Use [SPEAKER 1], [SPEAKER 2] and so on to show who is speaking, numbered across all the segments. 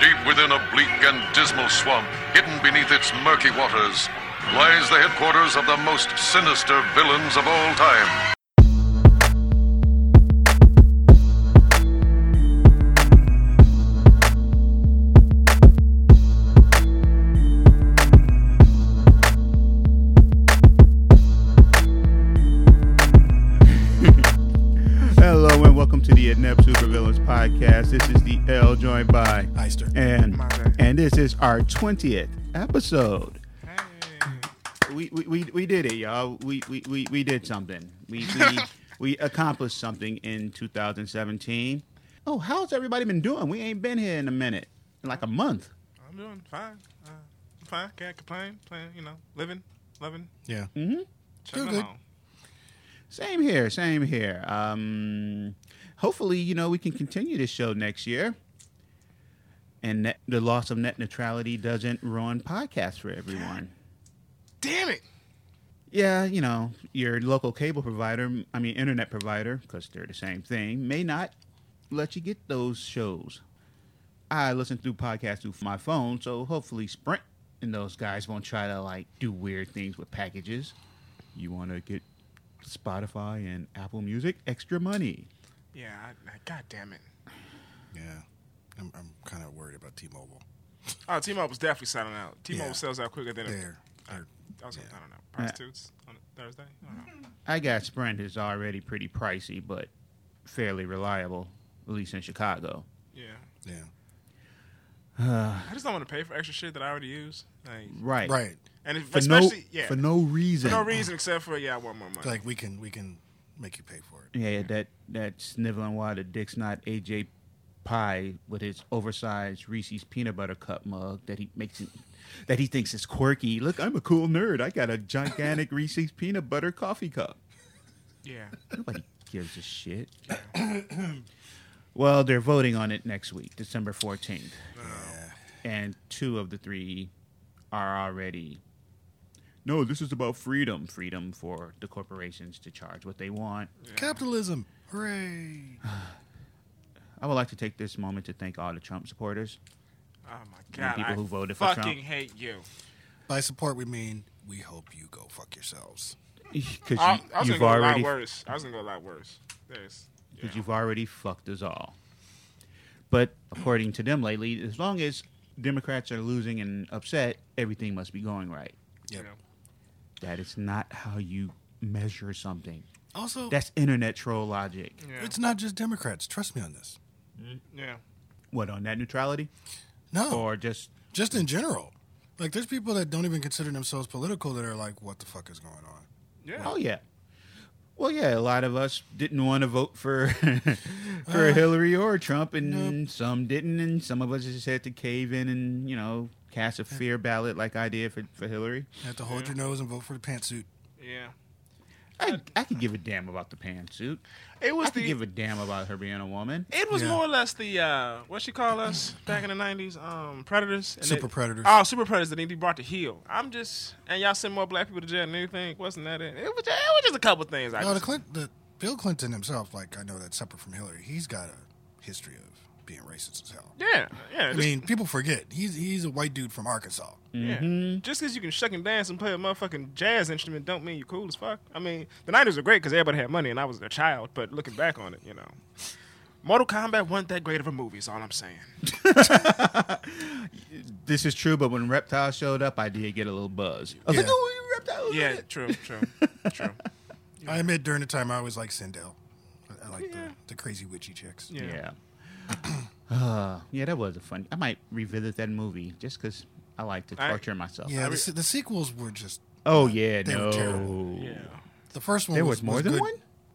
[SPEAKER 1] Deep within a bleak and dismal swamp, hidden beneath its murky waters, lies the headquarters of the most sinister villains of all time.
[SPEAKER 2] Hello and welcome to the Inept Supervillains podcast. This is the L joined by
[SPEAKER 3] Eister.
[SPEAKER 2] and
[SPEAKER 4] Mother.
[SPEAKER 2] and this is our twentieth episode. We, we we we did it, y'all. We we we, we did something. We we, we accomplished something in 2017. Oh, how's everybody been doing? We ain't been here in a minute, in like a month.
[SPEAKER 4] I'm doing fine. Uh, I'm fine. Can't complain. Playing, you know, living, loving,
[SPEAKER 3] Yeah.
[SPEAKER 4] chugging
[SPEAKER 3] good.
[SPEAKER 4] along.
[SPEAKER 2] Same here, same here. Um, hopefully, you know, we can continue this show next year. And net, the loss of net neutrality doesn't ruin podcasts for everyone.
[SPEAKER 4] Damn it!
[SPEAKER 2] Yeah, you know, your local cable provider, I mean, internet provider, because they're the same thing, may not let you get those shows. I listen through podcasts through my phone, so hopefully Sprint and those guys won't try to like do weird things with packages. You want to get Spotify and Apple Music extra money.
[SPEAKER 4] Yeah, I, I, God damn it.
[SPEAKER 3] Yeah. I'm, I'm kind of worried about T-Mobile.
[SPEAKER 4] Oh, T-Mobile was definitely selling out. T-Mobile
[SPEAKER 3] Yeah.
[SPEAKER 4] sells out quicker than
[SPEAKER 3] There.
[SPEAKER 4] a. I, I was,
[SPEAKER 3] yeah.
[SPEAKER 4] I don't know. Prostitutes on a Thursday. I don't know.
[SPEAKER 2] I got Sprint is already pretty pricey, but fairly reliable, at least in Chicago.
[SPEAKER 4] Yeah,
[SPEAKER 3] Yeah.
[SPEAKER 4] I just don't want to pay for extra shit that I already use. Like,
[SPEAKER 2] Right.
[SPEAKER 3] Right.
[SPEAKER 4] and if,
[SPEAKER 2] For no,
[SPEAKER 4] especially yeah,
[SPEAKER 2] for
[SPEAKER 4] for
[SPEAKER 2] no reason.
[SPEAKER 4] no reason except for yeah, I want more money.
[SPEAKER 3] Like we can we can make you pay for it.
[SPEAKER 2] Yeah, yeah, that that sniveling water Dick's not AJ Pie with his oversized Reese's peanut butter cup mug that he makes it, that he thinks is quirky. Look, I'm a cool nerd. I got a gigantic Reese's peanut butter coffee cup.
[SPEAKER 4] yeah, Oh
[SPEAKER 2] Nobody gives a shit. well, they're voting on it next week, December 14th. And two of the three are already. No, this is about freedom. Freedom for the corporations to charge what they want.
[SPEAKER 3] Capitalism. Hooray.
[SPEAKER 2] I would like to take this moment to thank all the Trump supporters.
[SPEAKER 4] oh my god,
[SPEAKER 2] people
[SPEAKER 4] I
[SPEAKER 2] who voted for
[SPEAKER 4] fucking
[SPEAKER 2] Trump.
[SPEAKER 4] hate you.
[SPEAKER 3] By support we mean we hope you go fuck yourselves.
[SPEAKER 2] Because
[SPEAKER 4] I, I was
[SPEAKER 2] you, have
[SPEAKER 4] gonna go a lot
[SPEAKER 2] already,
[SPEAKER 4] worse. I was gonna go a lot worse. There's, yeah.
[SPEAKER 2] because you've already fucked us all. But according to them lately, as long as Democrats are losing and upset, everything must be going right.
[SPEAKER 3] Yep.
[SPEAKER 4] Yeah.
[SPEAKER 2] That is not how you measure something.
[SPEAKER 4] Oh.
[SPEAKER 3] Also,
[SPEAKER 2] That's internet troll logic.
[SPEAKER 4] Yeah.
[SPEAKER 3] it's not just Democrats. Trust me on this.
[SPEAKER 4] yeah.
[SPEAKER 2] What on net neutrality
[SPEAKER 3] No.
[SPEAKER 4] Oh.
[SPEAKER 2] or just
[SPEAKER 3] just in general. Like there's people that don't even consider themselves political that are like, what the fuck is going on?
[SPEAKER 4] Yeah.
[SPEAKER 2] Oh yeah. Well, yeah, a lot of us didn't want to vote for
[SPEAKER 4] Uh,
[SPEAKER 2] for Hillary or Trump, and some didn't, and some of us just had to cave in and you know cast a fear ballot like I did for, for Hillary.
[SPEAKER 3] You have to hold your nose and vote for the pantsuit.
[SPEAKER 4] Yeah. Uh,
[SPEAKER 2] I, I could give a damn about the pantsuit.
[SPEAKER 4] It was
[SPEAKER 2] I could
[SPEAKER 4] the
[SPEAKER 2] give a damn about her being a woman.
[SPEAKER 4] It was
[SPEAKER 3] Yeah.
[SPEAKER 4] more or less the uh, what she call us back in the nineties, um, predators, and
[SPEAKER 3] Super
[SPEAKER 4] they-
[SPEAKER 3] predators.
[SPEAKER 4] Oh, super predators that need to be brought to heel. I'm just and y'all send more black people to jail than anything. Wasn't that it? It was, it was just a couple things. I
[SPEAKER 3] No, the
[SPEAKER 4] just,
[SPEAKER 3] Clint, the Bill Clinton himself, like I know that's separate from Hillary. He's got a history of being racist as hell.
[SPEAKER 4] yeah, yeah.
[SPEAKER 3] I
[SPEAKER 4] just,
[SPEAKER 3] mean, people forget he's he's a white dude from Arkansas.
[SPEAKER 4] yeah. Just because you can shuck and dance and play a motherfucking jazz instrument, don't mean you cool as fuck. I mean, the nineties were great because everybody had money and I was a child. But looking back on it, you know, Mortal Kombat wasn't that great of a movie. Is all I'm saying.
[SPEAKER 2] This is true, but when Reptile showed up, I did get a little buzz. I was like,
[SPEAKER 3] Yeah.
[SPEAKER 2] "Oh, Reptile!"
[SPEAKER 4] Yeah, true, true, true.
[SPEAKER 3] I admit, during the time I always liked Sindel. I- I like the, the crazy witchy chicks.
[SPEAKER 4] Yeah.
[SPEAKER 2] Yeah. Uh, yeah, that was a fun. I might revisit that movie just because I like to
[SPEAKER 4] I-
[SPEAKER 2] torture myself.
[SPEAKER 3] Yeah, the, se- the sequels were just
[SPEAKER 2] Oh yeah,
[SPEAKER 3] They were
[SPEAKER 2] no.
[SPEAKER 3] terrible.
[SPEAKER 4] Yeah.
[SPEAKER 3] the first one.
[SPEAKER 2] There was,
[SPEAKER 3] was,
[SPEAKER 2] more
[SPEAKER 3] was
[SPEAKER 2] than
[SPEAKER 3] good.
[SPEAKER 2] one.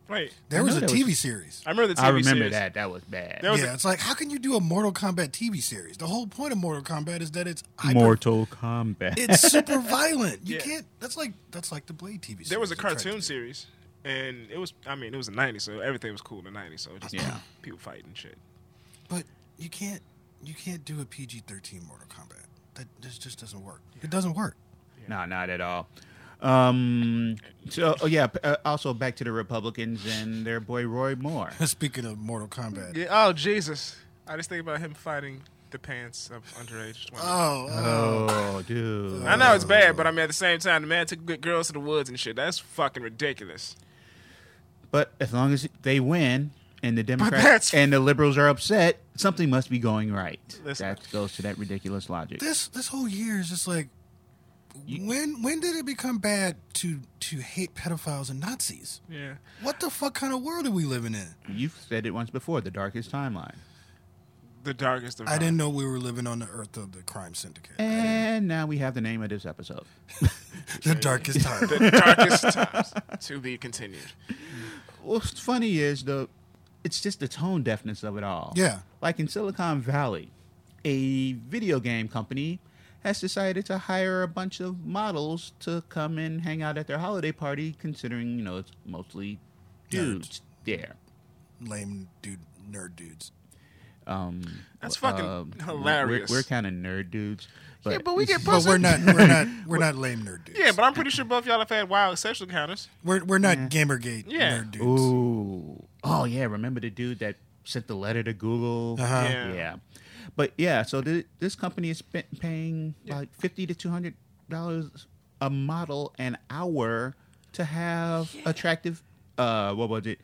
[SPEAKER 4] Wait,
[SPEAKER 3] There
[SPEAKER 2] I
[SPEAKER 3] was
[SPEAKER 2] know
[SPEAKER 3] a
[SPEAKER 2] there was-
[SPEAKER 3] TV series.
[SPEAKER 4] I remember the TV
[SPEAKER 2] I remember
[SPEAKER 4] series.
[SPEAKER 2] that. That was bad.
[SPEAKER 4] There was
[SPEAKER 3] yeah,
[SPEAKER 4] a-
[SPEAKER 3] it's like how can you do a Mortal Kombat TV series? The whole point of Mortal Kombat is that it's hyper-
[SPEAKER 2] Mortal Kombat.
[SPEAKER 3] It's super violent. You
[SPEAKER 4] Yeah.
[SPEAKER 3] can't. That's like that's like the Blade TV series.
[SPEAKER 4] there was a
[SPEAKER 3] they tried to
[SPEAKER 4] cartoon
[SPEAKER 3] do.
[SPEAKER 4] series, and it was I mean it was the '90s, so everything was cool in the '90s. So it just
[SPEAKER 2] Yeah.
[SPEAKER 4] people fighting shit.
[SPEAKER 3] But you can't you can't do a PG thirteen Mortal Kombat. That this just doesn't work. It doesn't work.
[SPEAKER 2] no, not at all. Um. So oh, yeah. p- Uh, also back to the Republicans and their boy Roy Moore.
[SPEAKER 3] Speaking of Mortal Kombat,
[SPEAKER 4] Yeah. Oh Jesus! I just think about him fighting the pants of underage women.
[SPEAKER 3] Oh,
[SPEAKER 2] Oh, dude.
[SPEAKER 4] I know it's bad, but I mean at the same time, the man took good girls to the woods and shit. That's fucking ridiculous.
[SPEAKER 2] But as long as they win and the Democrats
[SPEAKER 4] that's-
[SPEAKER 2] and the liberals are upset, something must be going right.
[SPEAKER 4] Listen.
[SPEAKER 2] That goes to that ridiculous logic.
[SPEAKER 3] this this whole year is just like when when did it become bad to to hate pedophiles and Nazis?
[SPEAKER 4] Yeah.
[SPEAKER 3] What the fuck kind of world are we living in?
[SPEAKER 2] You've said it once before, the darkest timeline.
[SPEAKER 4] The darkest of
[SPEAKER 3] I
[SPEAKER 4] times.
[SPEAKER 3] didn't know we were living on the earth of the crime syndicate.
[SPEAKER 2] And now we have the name of this episode.
[SPEAKER 3] the darkest time.
[SPEAKER 4] The darkest times to be continued.
[SPEAKER 2] What's funny is the it's just the tone deafness of it all.
[SPEAKER 3] Yeah.
[SPEAKER 2] Like in Silicon Valley, a video game company has decided to hire a bunch of models to come and hang out at their holiday party considering, you know, it's mostly dudes there.
[SPEAKER 3] Lame dude, nerd dudes.
[SPEAKER 2] Um,
[SPEAKER 4] That's fucking
[SPEAKER 2] um, we're-
[SPEAKER 4] hilarious.
[SPEAKER 2] We're, kind of nerd dudes. But
[SPEAKER 4] Yeah, but we get
[SPEAKER 3] But
[SPEAKER 4] pussy.
[SPEAKER 3] we're not we're not we're not lame nerd dudes.
[SPEAKER 4] yeah, but I'm pretty sure both y'all have had wild sexual encounters.
[SPEAKER 3] we're we're not gamergate
[SPEAKER 4] Yeah.
[SPEAKER 3] nerd dudes.
[SPEAKER 2] Ooh. Oh yeah, remember the dude that sent the letter to Google?
[SPEAKER 3] Uh-huh.
[SPEAKER 4] Yeah.
[SPEAKER 2] Yeah. But yeah, so th- this company is sp- paying like fifty to two hundred dollars a model an hour to have attractive. Uh, what was it?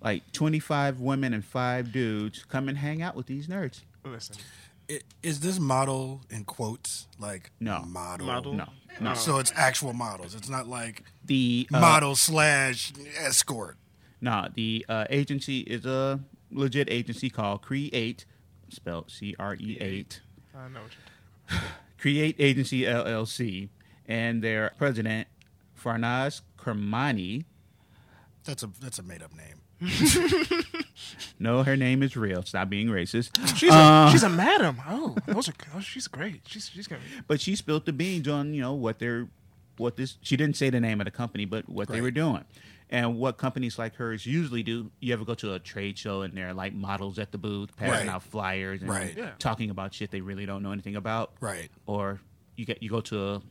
[SPEAKER 2] Like twenty five women and five dudes come and hang out with these nerds.
[SPEAKER 4] Listen,
[SPEAKER 3] I- Is this model in quotes like
[SPEAKER 2] No.
[SPEAKER 3] model?
[SPEAKER 4] model.
[SPEAKER 2] No, no.
[SPEAKER 3] So it's actual models. It's not like
[SPEAKER 2] The uh,
[SPEAKER 3] model slash escort.
[SPEAKER 2] Nah, the uh, agency is a legit agency called Create, spelled C R E 8,
[SPEAKER 4] I know what you're
[SPEAKER 2] Create Agency LLC, and their president, Farnaz Kermani.
[SPEAKER 3] That's a that's a made up name.
[SPEAKER 2] No, her name is real. Stop being racist.
[SPEAKER 4] She's a
[SPEAKER 2] Uh.
[SPEAKER 4] she's a madam. Oh, those are oh, she's great. She's she's gonna
[SPEAKER 2] But she spilled the beans on, you know, what they're, what this, she didn't say the name of the company, but what they
[SPEAKER 3] Right.
[SPEAKER 2] were doing. And what companies like hers usually do, you ever go to a trade show and there are like models at the booth passing
[SPEAKER 3] Right.
[SPEAKER 2] out flyers and
[SPEAKER 3] Right.
[SPEAKER 4] Yeah.
[SPEAKER 2] talking about shit they really don't know anything about.
[SPEAKER 3] Right.
[SPEAKER 2] or you get you go to a,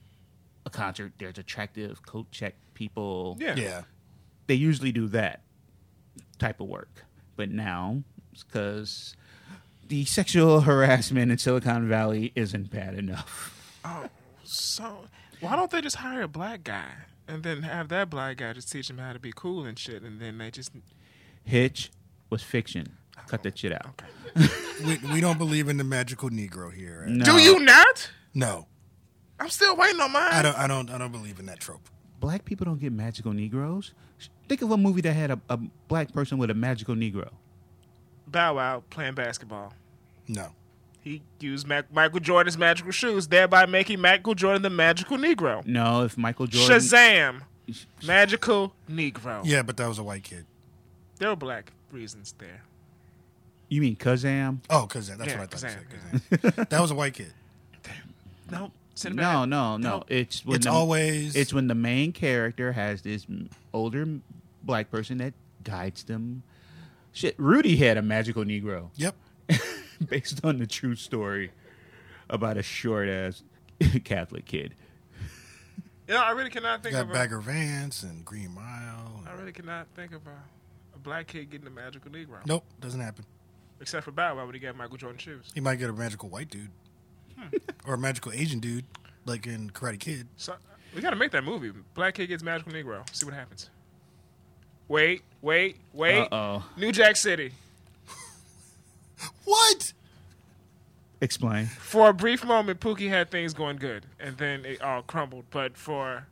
[SPEAKER 2] a concert. There's attractive coat check people.
[SPEAKER 4] yeah
[SPEAKER 3] Yeah.
[SPEAKER 2] they usually do that type of work, but now because the sexual harassment in Silicon Valley isn't bad enough.
[SPEAKER 4] Oh, so why don't they just hire a black guy and then have that black guy just teach him how to be cool and shit, and then they just
[SPEAKER 2] Hitch was fiction. Cut that shit out.
[SPEAKER 4] okay.
[SPEAKER 3] We, we don't believe in the magical Negro here.
[SPEAKER 2] No.
[SPEAKER 4] Do you not?
[SPEAKER 3] No.
[SPEAKER 4] I'm still waiting on mine.
[SPEAKER 3] I don't I don't I don't believe in that trope.
[SPEAKER 2] Black people don't get magical Negroes. Think of a movie that had a, a black person with a magical Negro.
[SPEAKER 4] Bow Wow playing basketball.
[SPEAKER 3] No.
[SPEAKER 4] He used Mac- Michael Jordan's magical shoes, thereby making Michael Jordan the magical Negro.
[SPEAKER 2] No, if Michael Jordan.
[SPEAKER 4] Shazam! Magical Negro.
[SPEAKER 3] Yeah, but that was a white kid.
[SPEAKER 4] There were black reasons there.
[SPEAKER 2] You mean Kazam?
[SPEAKER 3] Oh, cause that's
[SPEAKER 4] Yeah,
[SPEAKER 3] what I thought.
[SPEAKER 4] Kazan,
[SPEAKER 3] You said, Kazan. that was a white kid.
[SPEAKER 4] No, send it
[SPEAKER 2] No,
[SPEAKER 4] back.
[SPEAKER 2] no, no.
[SPEAKER 4] No.
[SPEAKER 2] It's when
[SPEAKER 3] It's
[SPEAKER 2] the,
[SPEAKER 3] always-
[SPEAKER 2] it's when the main character has this m- older m- black person that guides them. Shit, Rudy had a magical Negro
[SPEAKER 3] Yep.
[SPEAKER 2] based on the true story about a short ass Catholic kid.
[SPEAKER 4] You know, I really cannot think of
[SPEAKER 3] Got
[SPEAKER 4] a-
[SPEAKER 3] Bagger Vance and Green Mile.
[SPEAKER 4] I really cannot think of a, a black kid getting a magical Negro.
[SPEAKER 3] Nope, doesn't happen.
[SPEAKER 4] Except for Bow Wow when he got Michael Jordan shoes.
[SPEAKER 3] He might get a magical white dude. or a magical Asian dude, like in Karate Kid.
[SPEAKER 4] So we gotta make that movie. Black kid gets magical Negro. See what happens. Wait, wait, wait.
[SPEAKER 2] Uh-oh.
[SPEAKER 4] New Jack City.
[SPEAKER 3] What?
[SPEAKER 2] Explain.
[SPEAKER 4] For a brief moment, Pookie had things going good, and then it all crumbled. But for,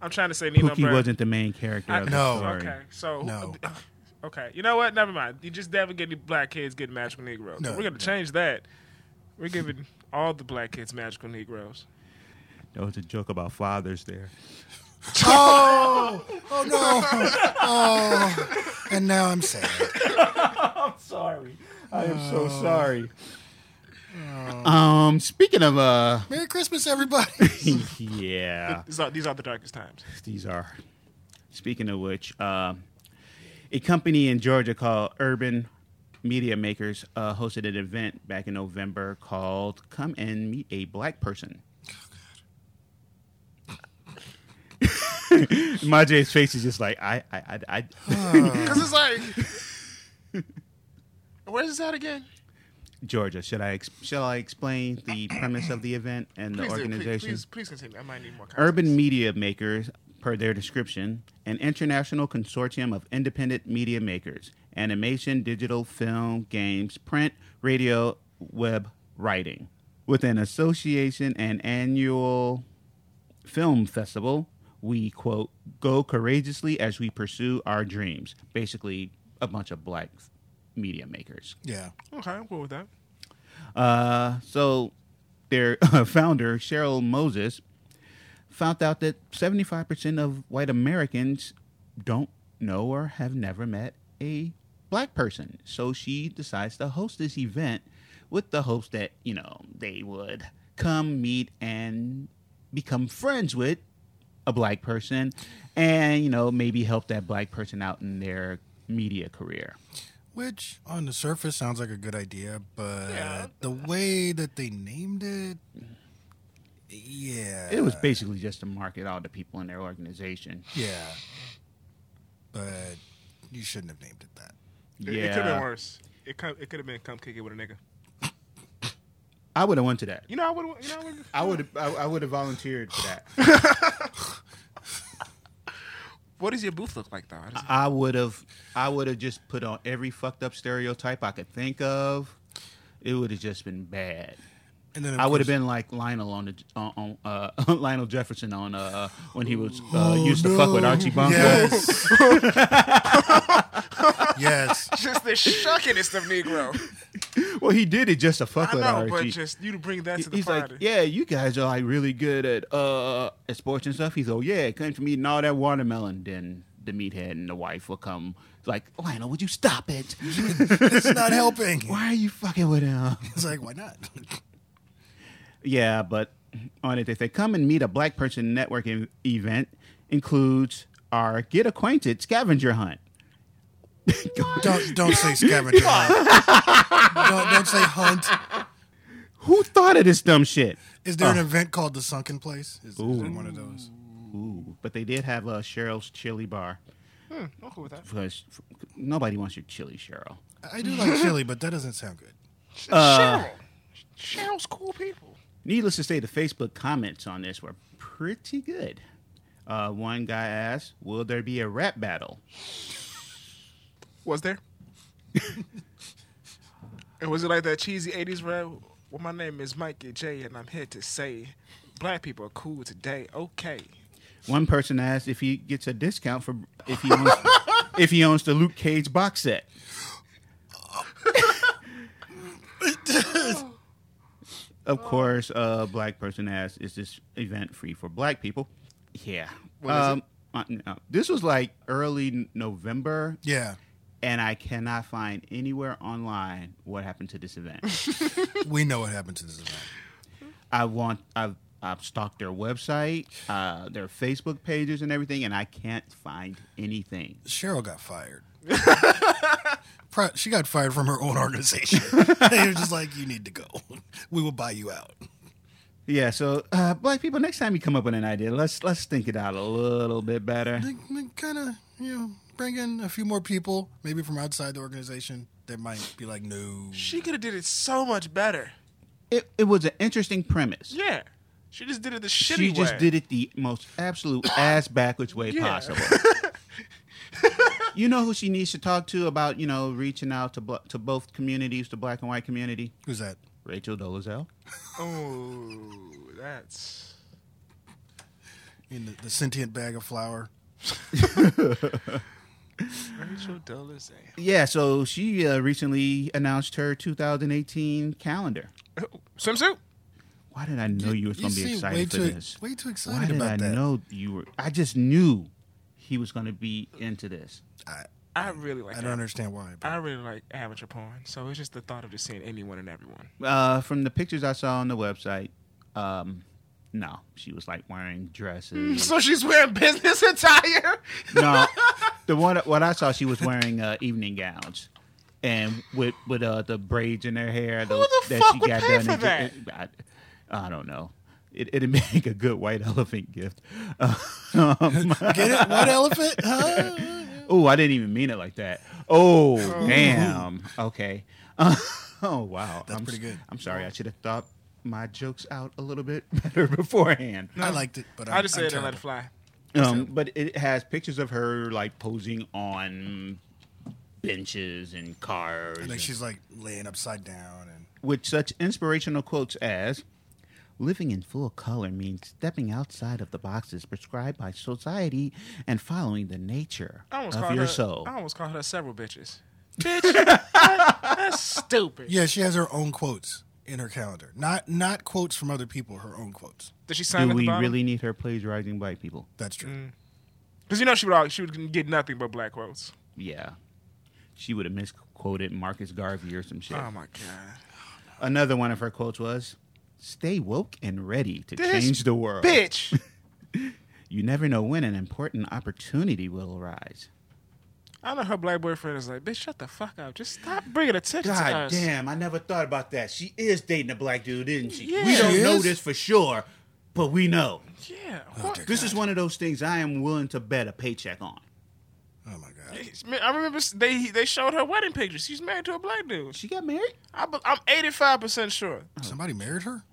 [SPEAKER 4] I'm trying to say Nino
[SPEAKER 2] Pookie
[SPEAKER 4] Brown-
[SPEAKER 2] wasn't the main character. of the
[SPEAKER 3] No.
[SPEAKER 2] story.
[SPEAKER 4] Okay, so
[SPEAKER 3] No.
[SPEAKER 4] okay, you know what? Never mind. You just never get any black kids getting magical Negroes.
[SPEAKER 3] No,
[SPEAKER 4] We're gonna
[SPEAKER 3] no.
[SPEAKER 4] change that. We're giving all the black kids magical Negroes.
[SPEAKER 2] That was a joke about fathers there.
[SPEAKER 3] Oh, oh no. Oh, and now I'm sad.
[SPEAKER 2] Sorry. I am so sorry. Um, speaking of uh,
[SPEAKER 3] Merry Christmas, everybody.
[SPEAKER 2] yeah.
[SPEAKER 4] These are these are the darkest times.
[SPEAKER 2] these are. Speaking of which, uh, a company in Georgia called Urban Media Makers uh, hosted an event back in November called "Come and Meet a Black Person." Majay's face is just like I, I, I, I
[SPEAKER 4] Because it's like, where's that again?
[SPEAKER 2] Georgia. Should I ex- shall I explain the premise of the event and the
[SPEAKER 4] Please, do, please,
[SPEAKER 2] organization?
[SPEAKER 4] please, please continue. I might need more. Context.
[SPEAKER 2] Urban media makers, per their description, an international consortium of independent media makers, animation, digital, film, games, print, radio, web, writing, with an association and annual film festival. We quote, go courageously as we pursue our dreams. Basically, a bunch of black media makers.
[SPEAKER 3] Yeah.
[SPEAKER 4] Okay, I'm cool with that.
[SPEAKER 2] Uh, so their founder, Cheryl Moses, found out that 75% of white Americans don't know or have never met a black person. So she decides to host this event with the hopes that, you know, they would come meet and become friends with a black person and, you know, maybe help that black person out in their media career.
[SPEAKER 3] Which on the surface sounds like a good idea, but
[SPEAKER 4] Yeah.
[SPEAKER 3] the way that they named it, yeah,
[SPEAKER 2] It was basically just to market all the people in their organization.
[SPEAKER 3] yeah. But you shouldn't have named it that.
[SPEAKER 4] It, it could have been worse. It could it could have been come kick it with a nigga.
[SPEAKER 2] I would have went to that.
[SPEAKER 4] You know I would. You know I would.
[SPEAKER 2] I would I, I would have volunteered for that.
[SPEAKER 4] What does your booth look like though? How does it-
[SPEAKER 2] I would have I would have just put on every fucked up stereotype I could think of. It would have just been bad.
[SPEAKER 3] And then of
[SPEAKER 2] I would have
[SPEAKER 3] course-
[SPEAKER 2] been like Lionel on the on uh, Lionel Jefferson on uh, when he was uh, used to fuck with Archie Bunker.
[SPEAKER 3] Oh, Yes. yes.
[SPEAKER 4] just the shuckingest of Negro.
[SPEAKER 2] Well, he did it just to fuck
[SPEAKER 4] I
[SPEAKER 2] with
[SPEAKER 4] know, but
[SPEAKER 2] Archie.
[SPEAKER 4] just you to bring that to the
[SPEAKER 2] He's like,
[SPEAKER 4] party.
[SPEAKER 2] yeah, you guys are like really good at uh at sports and stuff. He's like, yeah, come to me and all that watermelon. Then the meathead and the wife will come. Like, Lionel, would you stop it?
[SPEAKER 3] It's not helping.
[SPEAKER 2] Why are you fucking with him?
[SPEAKER 3] It's like, why not?
[SPEAKER 2] Yeah, but on it, they say come and meet a black person networking event includes our get acquainted scavenger hunt.
[SPEAKER 3] Don't don't say scavenger hunt. don't, don't say hunt.
[SPEAKER 2] Who thought of this dumb shit?
[SPEAKER 3] Is there an
[SPEAKER 2] Oh.
[SPEAKER 3] event called the Sunken Place? Is, is there one of those?
[SPEAKER 2] Ooh, but they did have a Cheryl's chili bar
[SPEAKER 4] Hmm, I'm cool with that.
[SPEAKER 2] because nobody wants your chili, Cheryl.
[SPEAKER 3] I do like chili, but that doesn't sound good.
[SPEAKER 2] Uh,
[SPEAKER 4] Cheryl. Cheryl's cool people.
[SPEAKER 2] Needless to say, the Facebook comments on this were pretty good. Uh, one guy asked, "Will there be a rap battle?"
[SPEAKER 4] Was there? and was it like that cheesy '80s rap? Well, my name is Mikey J, and I'm here to say, black people are cool today. Okay.
[SPEAKER 2] One person asked if he gets a discount for if he owns, if he owns the Luke Cage box set. of course, a black person asked, "Is this event free for black people?" Yeah.
[SPEAKER 4] When is it?
[SPEAKER 2] uh, no. This was like early November,
[SPEAKER 3] Yeah.
[SPEAKER 2] and I cannot find anywhere online what happened to this event.
[SPEAKER 3] We know what happened to this event.
[SPEAKER 2] I want I've I've stalked their website, uh, their Facebook pages, and everything, and I can't find anything.
[SPEAKER 3] Cheryl got fired. Pro- she got fired from her own organization. they were just like, you need to go. We will buy you out.
[SPEAKER 2] Yeah, so uh, black people, next time you come up with an idea, let's let's think it out a little bit better.
[SPEAKER 3] They, kind of, you know, bring in a few more people, maybe from outside the organization. They might be like, no.
[SPEAKER 4] She
[SPEAKER 2] Mm.
[SPEAKER 4] could have did it so much better.
[SPEAKER 2] It, it was an interesting premise.
[SPEAKER 4] Yeah. She just did it the shitty
[SPEAKER 2] she just
[SPEAKER 4] way.
[SPEAKER 2] did it the most absolute ass backwards way
[SPEAKER 4] Yeah.
[SPEAKER 2] possible. you know who she needs to talk to about you know reaching out to bl- to both communities, the black and white community?
[SPEAKER 3] Who's that?
[SPEAKER 2] Rachel Dolezal.
[SPEAKER 4] Oh, that's.
[SPEAKER 3] In the, the sentient bag of flour.
[SPEAKER 4] Rachel Dolezal.
[SPEAKER 2] Yeah, so she uh, recently announced her 2018 calendar.
[SPEAKER 4] Swimsuit.
[SPEAKER 2] Why did I know you, was
[SPEAKER 3] you
[SPEAKER 2] going to be
[SPEAKER 3] seem
[SPEAKER 2] excited
[SPEAKER 3] way
[SPEAKER 2] for
[SPEAKER 3] too-
[SPEAKER 2] this?
[SPEAKER 3] way too excited
[SPEAKER 2] Why did
[SPEAKER 3] about
[SPEAKER 2] I
[SPEAKER 3] that.
[SPEAKER 2] know you were? I just knew he was going to be into this.
[SPEAKER 3] I,
[SPEAKER 4] I really like.
[SPEAKER 3] I don't understand why. But
[SPEAKER 4] I really like amateur porn, so it's just the thought of just seeing anyone and everyone.
[SPEAKER 2] Uh, from the pictures I saw on the website, um, no, she was like wearing dresses.
[SPEAKER 4] So she's wearing business attire.
[SPEAKER 2] no, the one what I saw, she was wearing uh, evening gowns. And with with uh, the braids in her hair, those-
[SPEAKER 4] the
[SPEAKER 2] that
[SPEAKER 4] fuck
[SPEAKER 2] she
[SPEAKER 4] would
[SPEAKER 2] got
[SPEAKER 4] pay
[SPEAKER 2] done.
[SPEAKER 4] for
[SPEAKER 2] in-
[SPEAKER 4] that?
[SPEAKER 2] I, I don't know. It, it'd make a good white elephant gift. Um,
[SPEAKER 3] Get it? What elephant? Huh?
[SPEAKER 2] Oh, I didn't even mean it like that. Oh, damn. Okay. Oh wow,
[SPEAKER 3] That's
[SPEAKER 2] I'm,
[SPEAKER 3] pretty good.
[SPEAKER 2] I'm sorry, I should have thought my jokes out a little bit better beforehand.
[SPEAKER 3] I liked it, but I'm,
[SPEAKER 4] I just
[SPEAKER 3] I'm
[SPEAKER 4] said it and let
[SPEAKER 3] terrible.
[SPEAKER 4] it fly.
[SPEAKER 2] Um, but it has pictures of her like posing on benches and cars,
[SPEAKER 3] And then
[SPEAKER 2] and-
[SPEAKER 3] she's like laying upside down, and
[SPEAKER 2] with such inspirational quotes as. Living in full color means stepping outside of the boxes prescribed by society and following the nature
[SPEAKER 4] I almost
[SPEAKER 2] of
[SPEAKER 4] called
[SPEAKER 2] your
[SPEAKER 4] her.
[SPEAKER 2] soul.
[SPEAKER 4] I almost called her several bitches. Bitch, that- that's stupid.
[SPEAKER 3] yeah, she has her own quotes in her calendar. Not not quotes from other people, her own quotes.
[SPEAKER 4] Did she sign
[SPEAKER 2] Do
[SPEAKER 4] at the
[SPEAKER 2] we
[SPEAKER 4] bottom?
[SPEAKER 2] really need her plagiarizing white people?
[SPEAKER 3] That's true.
[SPEAKER 4] Mm. Because you know she would always, she would get nothing but black quotes.
[SPEAKER 2] Yeah. She would have misquoted Marcus Garvey or some shit.
[SPEAKER 4] Oh my god.
[SPEAKER 2] Another one of her quotes was Stay woke and ready to
[SPEAKER 4] This
[SPEAKER 2] change the world.
[SPEAKER 4] Bitch.
[SPEAKER 2] You never know when an important opportunity will arise.
[SPEAKER 4] I know her black boyfriend is like, bitch, shut the fuck up. Just stop bringing attention to
[SPEAKER 2] God
[SPEAKER 4] us.
[SPEAKER 2] damn, I never thought about that. She is dating a black dude, isn't she?
[SPEAKER 4] Yeah.
[SPEAKER 2] We don't
[SPEAKER 3] She
[SPEAKER 2] know
[SPEAKER 3] is?
[SPEAKER 2] this for sure, but we know.
[SPEAKER 4] Yeah. What?
[SPEAKER 3] Oh, dear
[SPEAKER 2] This is one of those things I am willing to bet a paycheck on.
[SPEAKER 3] Oh my god.
[SPEAKER 4] Man, I remember s- they they showed her wedding pictures. She's married to a black dude.
[SPEAKER 2] She got married?
[SPEAKER 4] I, be- I'm 85 percent sure.
[SPEAKER 3] Somebody married her.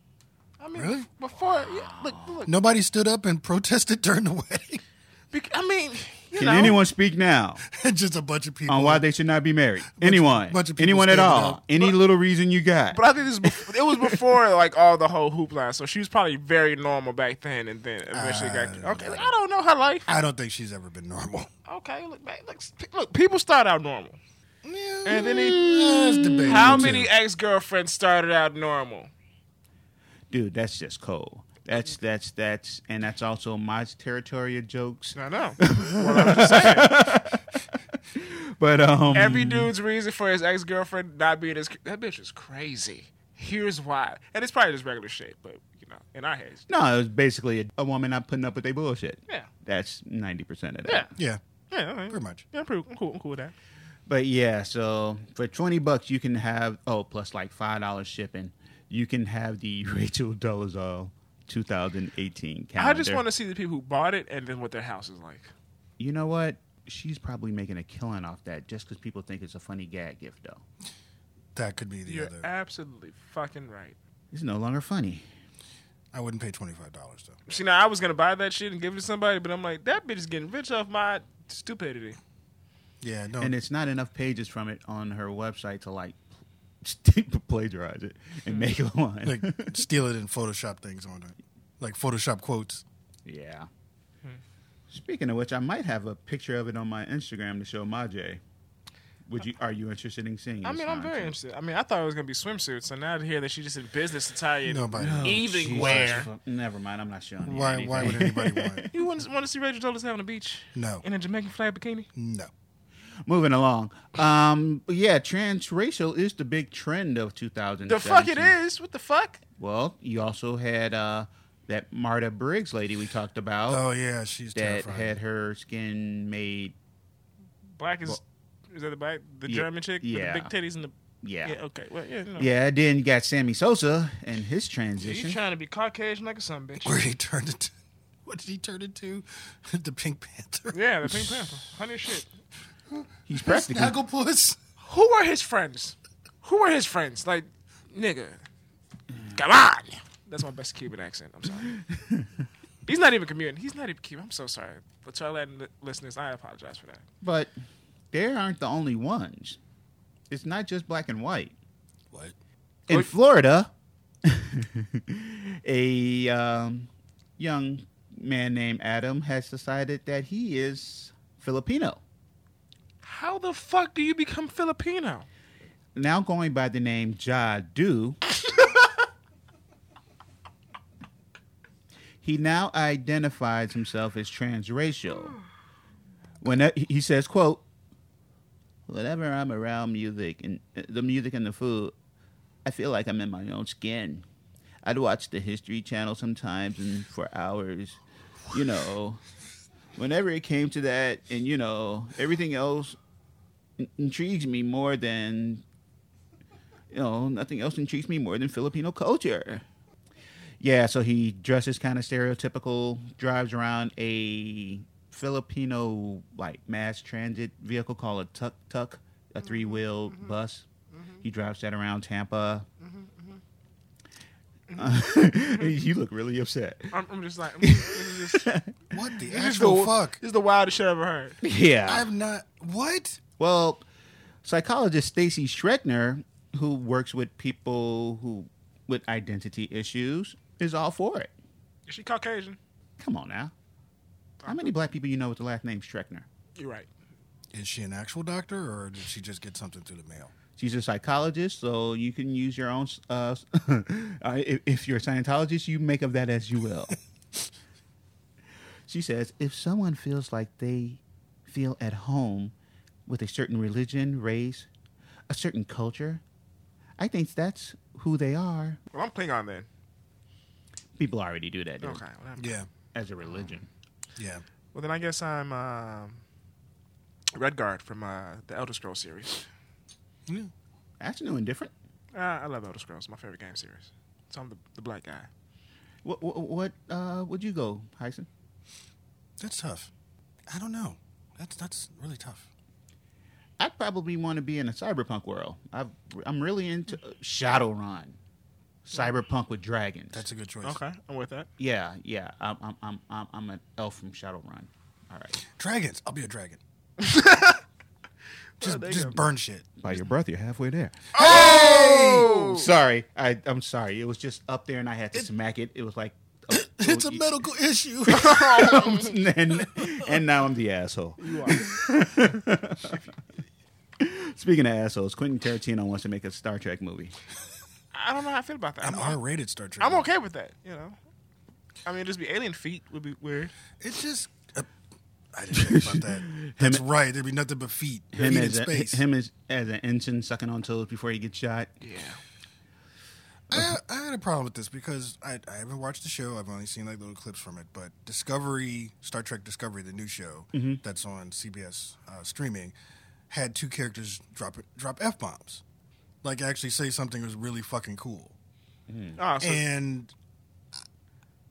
[SPEAKER 4] I mean,
[SPEAKER 3] Really?
[SPEAKER 4] before yeah, look, look.
[SPEAKER 3] Nobody stood up and protested during the wedding.
[SPEAKER 4] bec- I mean, you
[SPEAKER 2] Can
[SPEAKER 4] know,
[SPEAKER 2] anyone speak now
[SPEAKER 3] Just a bunch of people.
[SPEAKER 2] on why they should not be married? anyone?
[SPEAKER 3] bunch of people
[SPEAKER 2] anyone at
[SPEAKER 3] standing
[SPEAKER 2] all?
[SPEAKER 3] up.
[SPEAKER 2] Any little reason you got?
[SPEAKER 4] But I think this was bef- it was before like all the whole hoop line, so she was probably very normal back then, and then eventually got okay. I don't know her life.
[SPEAKER 3] Uh, I don't think she's ever been normal.
[SPEAKER 4] Okay, look, back, look, s- look. People start out normal, and then he,
[SPEAKER 3] Yeah, it's debatable,
[SPEAKER 4] how
[SPEAKER 3] Mm. too.
[SPEAKER 4] many ex girlfriends started out normal?
[SPEAKER 2] dude, that's just cold. That's that's that's and that's also my territory of jokes.
[SPEAKER 4] I know. Well, I'm just saying.
[SPEAKER 2] But um,
[SPEAKER 4] Every dude's reason for his ex girlfriend not being as that bitch is crazy. Here's why, and it's probably just regular shit, but you know, in our heads,
[SPEAKER 2] no, it was basically a, a woman not putting up with their bullshit.
[SPEAKER 4] Yeah.
[SPEAKER 2] that's ninety percent of that.
[SPEAKER 4] yeah,
[SPEAKER 3] Yeah,
[SPEAKER 4] yeah, all right.
[SPEAKER 3] pretty much.
[SPEAKER 4] Yeah, I'm, pretty, I'm cool. I'm cool with that.
[SPEAKER 2] But yeah, so for twenty bucks you can have oh plus like five dollars shipping. You can have the Rachel Dolezal 2018 calendar.
[SPEAKER 4] I just want to see the people who bought it and then what their house is like.
[SPEAKER 2] You know what? She's probably making a killing off that just because people think it's a funny gag gift though.
[SPEAKER 3] That could be the
[SPEAKER 4] You're
[SPEAKER 3] other.
[SPEAKER 4] absolutely fucking right.
[SPEAKER 2] It's no longer funny.
[SPEAKER 3] I wouldn't pay twenty five dollars though.
[SPEAKER 4] See, now I was gonna buy that shit and give it to somebody, but I'm like, that bitch is getting rich off my stupidity.
[SPEAKER 3] Yeah, no.
[SPEAKER 2] and it's not enough pages from it on her website to like pl- plagiarize it and make it one.
[SPEAKER 3] like steal it and Photoshop things on it, like Photoshop quotes.
[SPEAKER 2] yeah.
[SPEAKER 4] Hmm.
[SPEAKER 2] Speaking of which, I might have a picture of it on my Instagram to show Majay. Would you? Are you interested in seeing?
[SPEAKER 4] I
[SPEAKER 2] this
[SPEAKER 4] mean, I'm very
[SPEAKER 2] nonsense?
[SPEAKER 4] interested. I mean, I thought it was gonna be swimsuits, so now to hear that she's just in business attire, and
[SPEAKER 3] Nobody.
[SPEAKER 4] evening
[SPEAKER 2] Oh, Jesus
[SPEAKER 4] wear.
[SPEAKER 2] fu- Never mind. I'm not showing. You
[SPEAKER 3] Why? Why
[SPEAKER 2] anything.
[SPEAKER 3] would anybody want it?
[SPEAKER 4] You wouldn't want to see Rachel Dolezal on the beach?
[SPEAKER 3] No.
[SPEAKER 4] In a Jamaican flag bikini?
[SPEAKER 3] No.
[SPEAKER 2] Moving along. Um. but Yeah, transracial is the big trend of 2000.
[SPEAKER 4] The fuck it is? What the fuck?
[SPEAKER 2] Well, you also had uh that Marta Briggs lady we talked about
[SPEAKER 3] Oh yeah, she's
[SPEAKER 2] that
[SPEAKER 3] terrifying.
[SPEAKER 2] had her skin made
[SPEAKER 4] Black is is that the black the
[SPEAKER 2] Yeah,
[SPEAKER 4] German chick
[SPEAKER 2] yeah.
[SPEAKER 4] with the big titties and the
[SPEAKER 2] Yeah.
[SPEAKER 4] yeah okay well yeah you know.
[SPEAKER 2] Yeah, then you got Sammy Sosa and his transition.
[SPEAKER 4] She's trying to be Caucasian like a son bitch.
[SPEAKER 3] Where he turned into? What did he turn into? the Pink Panther.
[SPEAKER 4] Yeah, the Pink Panther. Honey shit.
[SPEAKER 2] He's practically
[SPEAKER 3] Snagglepuss.
[SPEAKER 4] Who are his friends? Who are his friends? Like, nigga. Come on. That's my best Cuban accent. I'm sorry. He's not even commuting. He's not even Cuban. I'm so sorry. But y'all Latin li- listeners, I apologize for that.
[SPEAKER 2] but they aren't the only ones. It's not just black and white.
[SPEAKER 3] What?
[SPEAKER 2] In
[SPEAKER 4] Look-
[SPEAKER 2] Florida, a um, young man named Adam has decided that he is Filipino,
[SPEAKER 4] How the fuck do you become Filipino?
[SPEAKER 2] now going by the name Ja Du. he now identifies himself as transracial. When that- he says, "quote Whenever I'm around music and uh, the music and the food, I feel like I'm in my own skin. I'd watch the History Channel sometimes and for hours, you know. Whenever it came to that, and you know, everything else in- intrigues me more than, you know, nothing else intrigues me more than Filipino culture. Yeah, so he dresses kind of stereotypical, drives around a Filipino like mass transit vehicle called a tuk tuk, a three wheel bus. He drives that around Tampa. Uh, you look really upset.
[SPEAKER 4] I'm, I'm just like, I'm just, this is just,
[SPEAKER 3] What the
[SPEAKER 4] this is
[SPEAKER 3] actual
[SPEAKER 4] the,
[SPEAKER 3] fuck?
[SPEAKER 4] This is the wildest shit I've ever heard.
[SPEAKER 2] Yeah.
[SPEAKER 3] I've not. What?
[SPEAKER 2] Well, psychologist Stacy Schreckner, who works with people who with identity issues, is all for it.
[SPEAKER 4] Is she Caucasian?
[SPEAKER 2] Come on now. How many black people you know with the last name Schreckner?
[SPEAKER 4] You're right.
[SPEAKER 3] Is she an actual doctor, or did she just get something through the mail?
[SPEAKER 2] She's a psychologist, so you can use your own. Uh, uh, if, if you're a Scientologist, you make of that as you will. she says if someone feels like they feel at home with a certain religion, race, a certain culture, I think that's who they are.
[SPEAKER 4] Well, I'm Klingon then.
[SPEAKER 2] People already do that dude,
[SPEAKER 4] Okay. Well, that-
[SPEAKER 3] Yeah,
[SPEAKER 2] as a religion.
[SPEAKER 3] yeah.
[SPEAKER 4] well, then I guess I'm um, Redguard from uh, the Elder Scrolls series.
[SPEAKER 3] yeah.
[SPEAKER 2] That's new and different.
[SPEAKER 4] Uh, I love Elder Scrolls. My favorite game series. So I'm the, the black guy.
[SPEAKER 2] What what, what uh, would you go, Heisen?
[SPEAKER 3] That's tough. I don't know. That's that's really tough.
[SPEAKER 2] I'd probably want to be in a cyberpunk world. I've, I'm really into Shadowrun, cyberpunk with dragons.
[SPEAKER 3] That's a good choice.
[SPEAKER 4] Okay, I'm with that.
[SPEAKER 2] yeah, yeah. I'm I'm I'm I'm, I'm an elf from Shadowrun. All right.
[SPEAKER 3] Dragons. I'll be a dragon. just
[SPEAKER 4] Oh, there you
[SPEAKER 3] just
[SPEAKER 4] go.
[SPEAKER 3] burn shit.
[SPEAKER 2] By your breath, you're halfway there. Oh, sorry. I I'm sorry. It was just up there, and I had to smack it. It was like oh,
[SPEAKER 3] It's a
[SPEAKER 2] oh,
[SPEAKER 3] medical issue.
[SPEAKER 2] and, and now I'm the asshole. You are. Speaking of assholes, Quentin Tarantino wants to make a Star Trek movie.
[SPEAKER 4] I don't know how I feel about that.
[SPEAKER 3] An
[SPEAKER 4] I'm,
[SPEAKER 3] R-rated Star Trek.
[SPEAKER 4] I'm okay with that. You know, I mean, just be alien feet would be weird.
[SPEAKER 3] It's just. Uh, I didn't think about that. That's right. There'd be nothing but feet.
[SPEAKER 2] Him
[SPEAKER 3] feet
[SPEAKER 2] as
[SPEAKER 3] in
[SPEAKER 2] a,
[SPEAKER 3] space.
[SPEAKER 2] him as as an ensign sucking on toes before he gets shot.
[SPEAKER 4] Yeah.
[SPEAKER 3] I, I had a problem with this because I, I haven't watched the show. I've only seen like little clips from it. But Discovery, Star Trek Discovery, the new show
[SPEAKER 2] Mm-hmm.
[SPEAKER 3] that's on CBS uh, streaming, had two characters drop drop f bombs, like actually say something was really fucking cool.
[SPEAKER 4] Oh, so
[SPEAKER 3] And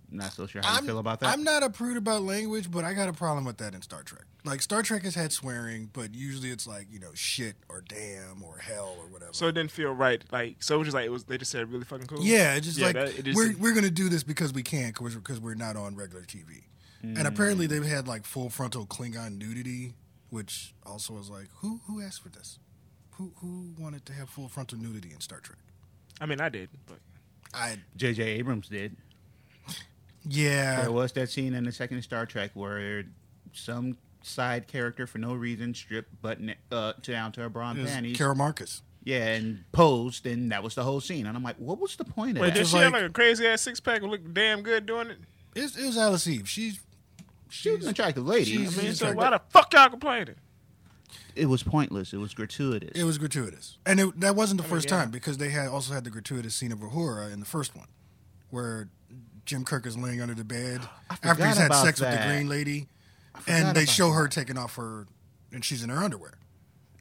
[SPEAKER 2] Not so sure how
[SPEAKER 3] I'm,
[SPEAKER 2] you feel about that.
[SPEAKER 3] I'm not a prude about language, but I got a problem with that in Star Trek. Like Star Trek has had swearing, but usually it's like you know shit or damn or hell or whatever.
[SPEAKER 4] so it didn't feel right. Like so, it was just like it was. They just said really fucking cool.
[SPEAKER 3] Yeah, it's just
[SPEAKER 4] Yeah,
[SPEAKER 3] like
[SPEAKER 4] that- it just-
[SPEAKER 3] we're we're gonna do this because we can, because we're not on regular TV. And apparently
[SPEAKER 4] Mm.
[SPEAKER 3] they've had like full frontal Klingon nudity, which also was like, who who asked for this? Who who wanted to have full frontal nudity in Star Trek?
[SPEAKER 4] I mean, I did, but
[SPEAKER 3] I
[SPEAKER 2] J.J. Abrams did. There
[SPEAKER 3] yeah,
[SPEAKER 2] was that scene in the second Star Trek where some side character for no reason stripped button uh, down to her bra
[SPEAKER 3] it
[SPEAKER 2] and
[SPEAKER 3] was
[SPEAKER 2] panties.
[SPEAKER 3] Carol Marcus.
[SPEAKER 2] yeah, and posed, and that was the whole scene. And I'm like, what was the point of
[SPEAKER 4] wait,
[SPEAKER 2] that?
[SPEAKER 4] did
[SPEAKER 3] was
[SPEAKER 4] she have
[SPEAKER 3] like-
[SPEAKER 4] like a crazy ass six pack and look damn good doing it?
[SPEAKER 3] It, it was Alice Eve. She's
[SPEAKER 2] She was an attractive lady.
[SPEAKER 3] she's-
[SPEAKER 4] I mean,
[SPEAKER 3] she's
[SPEAKER 4] so
[SPEAKER 3] like
[SPEAKER 4] why the fuck y'all complaining?
[SPEAKER 2] it was pointless. It was gratuitous.
[SPEAKER 3] It was gratuitous, and it, that wasn't the first
[SPEAKER 4] yeah.
[SPEAKER 3] time because they had also had the gratuitous scene of Uhura in the first one, where Jim Kirk is laying under the bed after
[SPEAKER 2] forgot
[SPEAKER 3] he's had
[SPEAKER 2] about
[SPEAKER 3] sex with
[SPEAKER 2] that.
[SPEAKER 3] the Green Lady,
[SPEAKER 2] forgot
[SPEAKER 3] and they
[SPEAKER 2] about
[SPEAKER 3] show her taking off her, and she's in her underwear,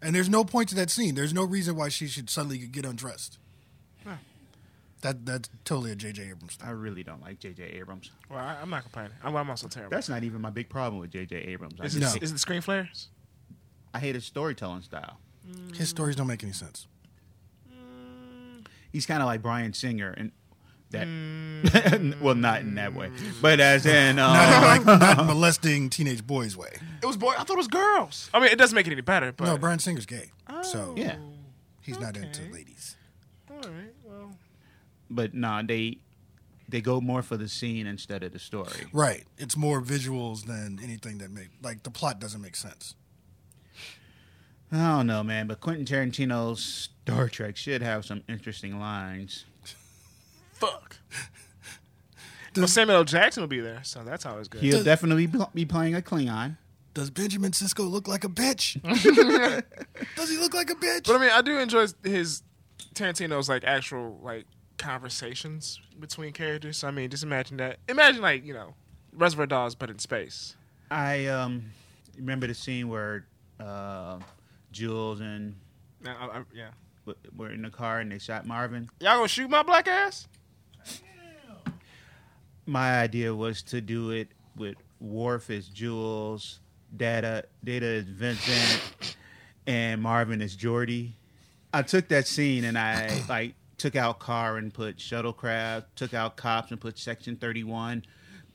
[SPEAKER 3] and there's no point to that scene. There's no reason why she should suddenly get undressed. That that's totally a J.J. Abrams thing.
[SPEAKER 2] I really don't like J.J. Abrams.
[SPEAKER 4] Well, I, I'm not complaining. I'm, I'm also terrible.
[SPEAKER 2] That's not even my big problem with J.J. Abrams. I,
[SPEAKER 4] is,
[SPEAKER 2] just-
[SPEAKER 4] it,
[SPEAKER 3] No.
[SPEAKER 4] is it the screen flares?
[SPEAKER 2] I hate his storytelling style. Mm.
[SPEAKER 3] His stories don't make any sense.
[SPEAKER 2] He's kind of like Brian Singer, and that. well, not in that way, but as in, um,
[SPEAKER 3] Not in, like not in molesting teenage boys way.
[SPEAKER 4] It was boy. I thought it was girls. I mean, it doesn't make it any better. But
[SPEAKER 3] No, Brian Singer's gay, so
[SPEAKER 2] yeah.
[SPEAKER 3] he's not into
[SPEAKER 4] Okay.
[SPEAKER 3] ladies.
[SPEAKER 4] All right. Well,
[SPEAKER 2] But nah, they they go more for the scene instead of the story.
[SPEAKER 3] Right. It's more visuals than anything that make like the plot doesn't make sense.
[SPEAKER 2] I don't know, man. But Quentin Tarantino's Star Trek should have some interesting lines.
[SPEAKER 4] fuck. Well, Samuel L. Jackson will be there, so that's always good.
[SPEAKER 2] He'll definitely be, be playing a Klingon.
[SPEAKER 3] Does Benjamin Cisco look like a bitch? Does he look like a bitch?
[SPEAKER 4] But I mean, I do enjoy his Tarantino's like actual like conversations between characters. So, I mean, just imagine that. Imagine like you know, Reservoir Dogs, but in space.
[SPEAKER 2] I um, remember the scene where uh, Jules and
[SPEAKER 4] Now, I, I, yeah,
[SPEAKER 2] w- were in the car and they shot Marvin.
[SPEAKER 4] y'all gonna shoot my black ass?
[SPEAKER 2] my idea was to do it with Worf as Jules, Data Data is Vincent, and Marvin is Jordy. I took that scene and I like took out car and put shuttlecraft, took out cops and put section 31,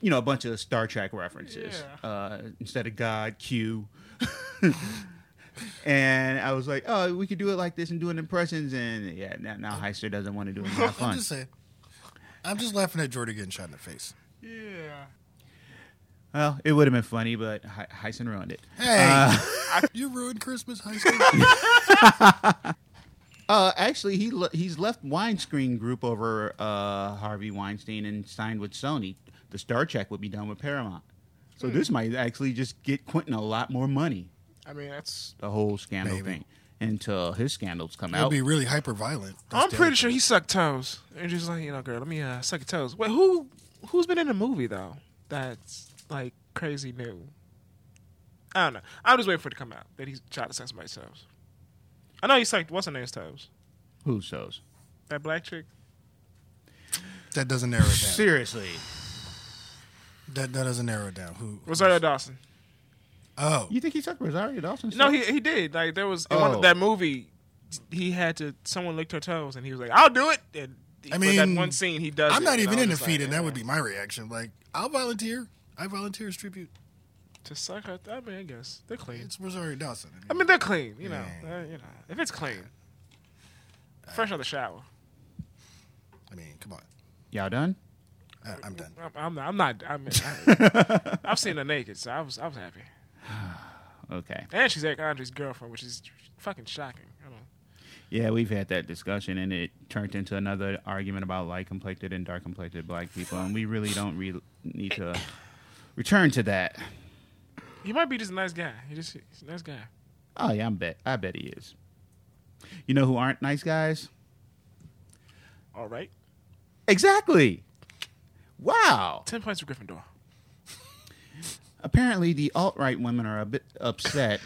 [SPEAKER 2] you know, a bunch of Star Trek references uh, instead of God, Q. and I was like, oh, we could do it like this and do an impressions. And yeah, now, now Heister doesn't want to do it. and Have
[SPEAKER 3] I'm
[SPEAKER 2] fun.
[SPEAKER 3] just saying. I'm just laughing at Jordan getting shot in the face.
[SPEAKER 4] Yeah.
[SPEAKER 2] Well, it would have been funny, but He- Heisen ruined it.
[SPEAKER 3] Hey, you ruined Christmas high school.
[SPEAKER 2] Uh, actually, he le- he's left Weinstein Group over uh, Harvey Weinstein and signed with Sony. The Star Trek would be done with Paramount, so
[SPEAKER 3] Hmm.
[SPEAKER 2] this might actually just get Quentin a lot more money.
[SPEAKER 4] I mean, that's.
[SPEAKER 2] The whole scandal
[SPEAKER 3] Maybe.
[SPEAKER 2] thing until his scandals come
[SPEAKER 3] It'll
[SPEAKER 2] out.
[SPEAKER 3] be really hyper violent.
[SPEAKER 4] I'm pretty sure he sucked toes. And just like, you know, girl, let me uh, suck your toes. Wait, who, who's been in a movie, though, that's like crazy new? I don't know. I'm just waiting for it to come out that he's tried to suck somebody's toes. I know he sucked, what's her name's toes?
[SPEAKER 2] Who shows?
[SPEAKER 4] That black chick?
[SPEAKER 3] that doesn't narrow it down.
[SPEAKER 2] Seriously,
[SPEAKER 3] That, that doesn't narrow it down. Who?
[SPEAKER 4] Rosario Dawson.
[SPEAKER 3] Oh,
[SPEAKER 2] you think he took Rosario Dawson?
[SPEAKER 4] No, he he did. Like there was in one
[SPEAKER 2] Oh.
[SPEAKER 4] of that movie, he had to someone licked her toes, and he was like, "I'll do it." And he-
[SPEAKER 3] I
[SPEAKER 4] for that
[SPEAKER 3] mean,
[SPEAKER 4] one scene he does.
[SPEAKER 3] I'm
[SPEAKER 4] it,
[SPEAKER 3] not
[SPEAKER 4] and
[SPEAKER 3] even
[SPEAKER 4] I
[SPEAKER 3] in the
[SPEAKER 4] was just
[SPEAKER 3] feed,
[SPEAKER 4] like,
[SPEAKER 3] and that would
[SPEAKER 4] "Yeah."
[SPEAKER 3] be my reaction. Like, I'll volunteer. I volunteer as tribute.
[SPEAKER 4] to suck. Her, I mean, I guess they're clean.
[SPEAKER 3] It's Rosario Dawson.
[SPEAKER 4] I mean, they're clean. You know,
[SPEAKER 3] Yeah.
[SPEAKER 4] Uh, you know, if it's clean, fresh out of the shower.
[SPEAKER 3] I mean, come on.
[SPEAKER 2] Y'all done?
[SPEAKER 3] I, I'm done.
[SPEAKER 4] I'm, I'm not. I'm not. I mean, I, I've seen her naked, so I was I was happy.
[SPEAKER 2] Okay.
[SPEAKER 4] And she's Eric Andre's girlfriend, which is fucking shocking. I don't.
[SPEAKER 2] Yeah, we've had that discussion, and it turned into another argument about light complected and dark complected black people, and we really don't re- need to return to that.
[SPEAKER 4] He might be just a nice guy. He just he's a nice guy.
[SPEAKER 2] Oh yeah, I bet. I bet he is. You know who aren't nice guys?
[SPEAKER 4] All right.
[SPEAKER 2] Exactly. Wow.
[SPEAKER 4] Ten points for Gryffindor.
[SPEAKER 2] Apparently, the alt right women are a bit upset.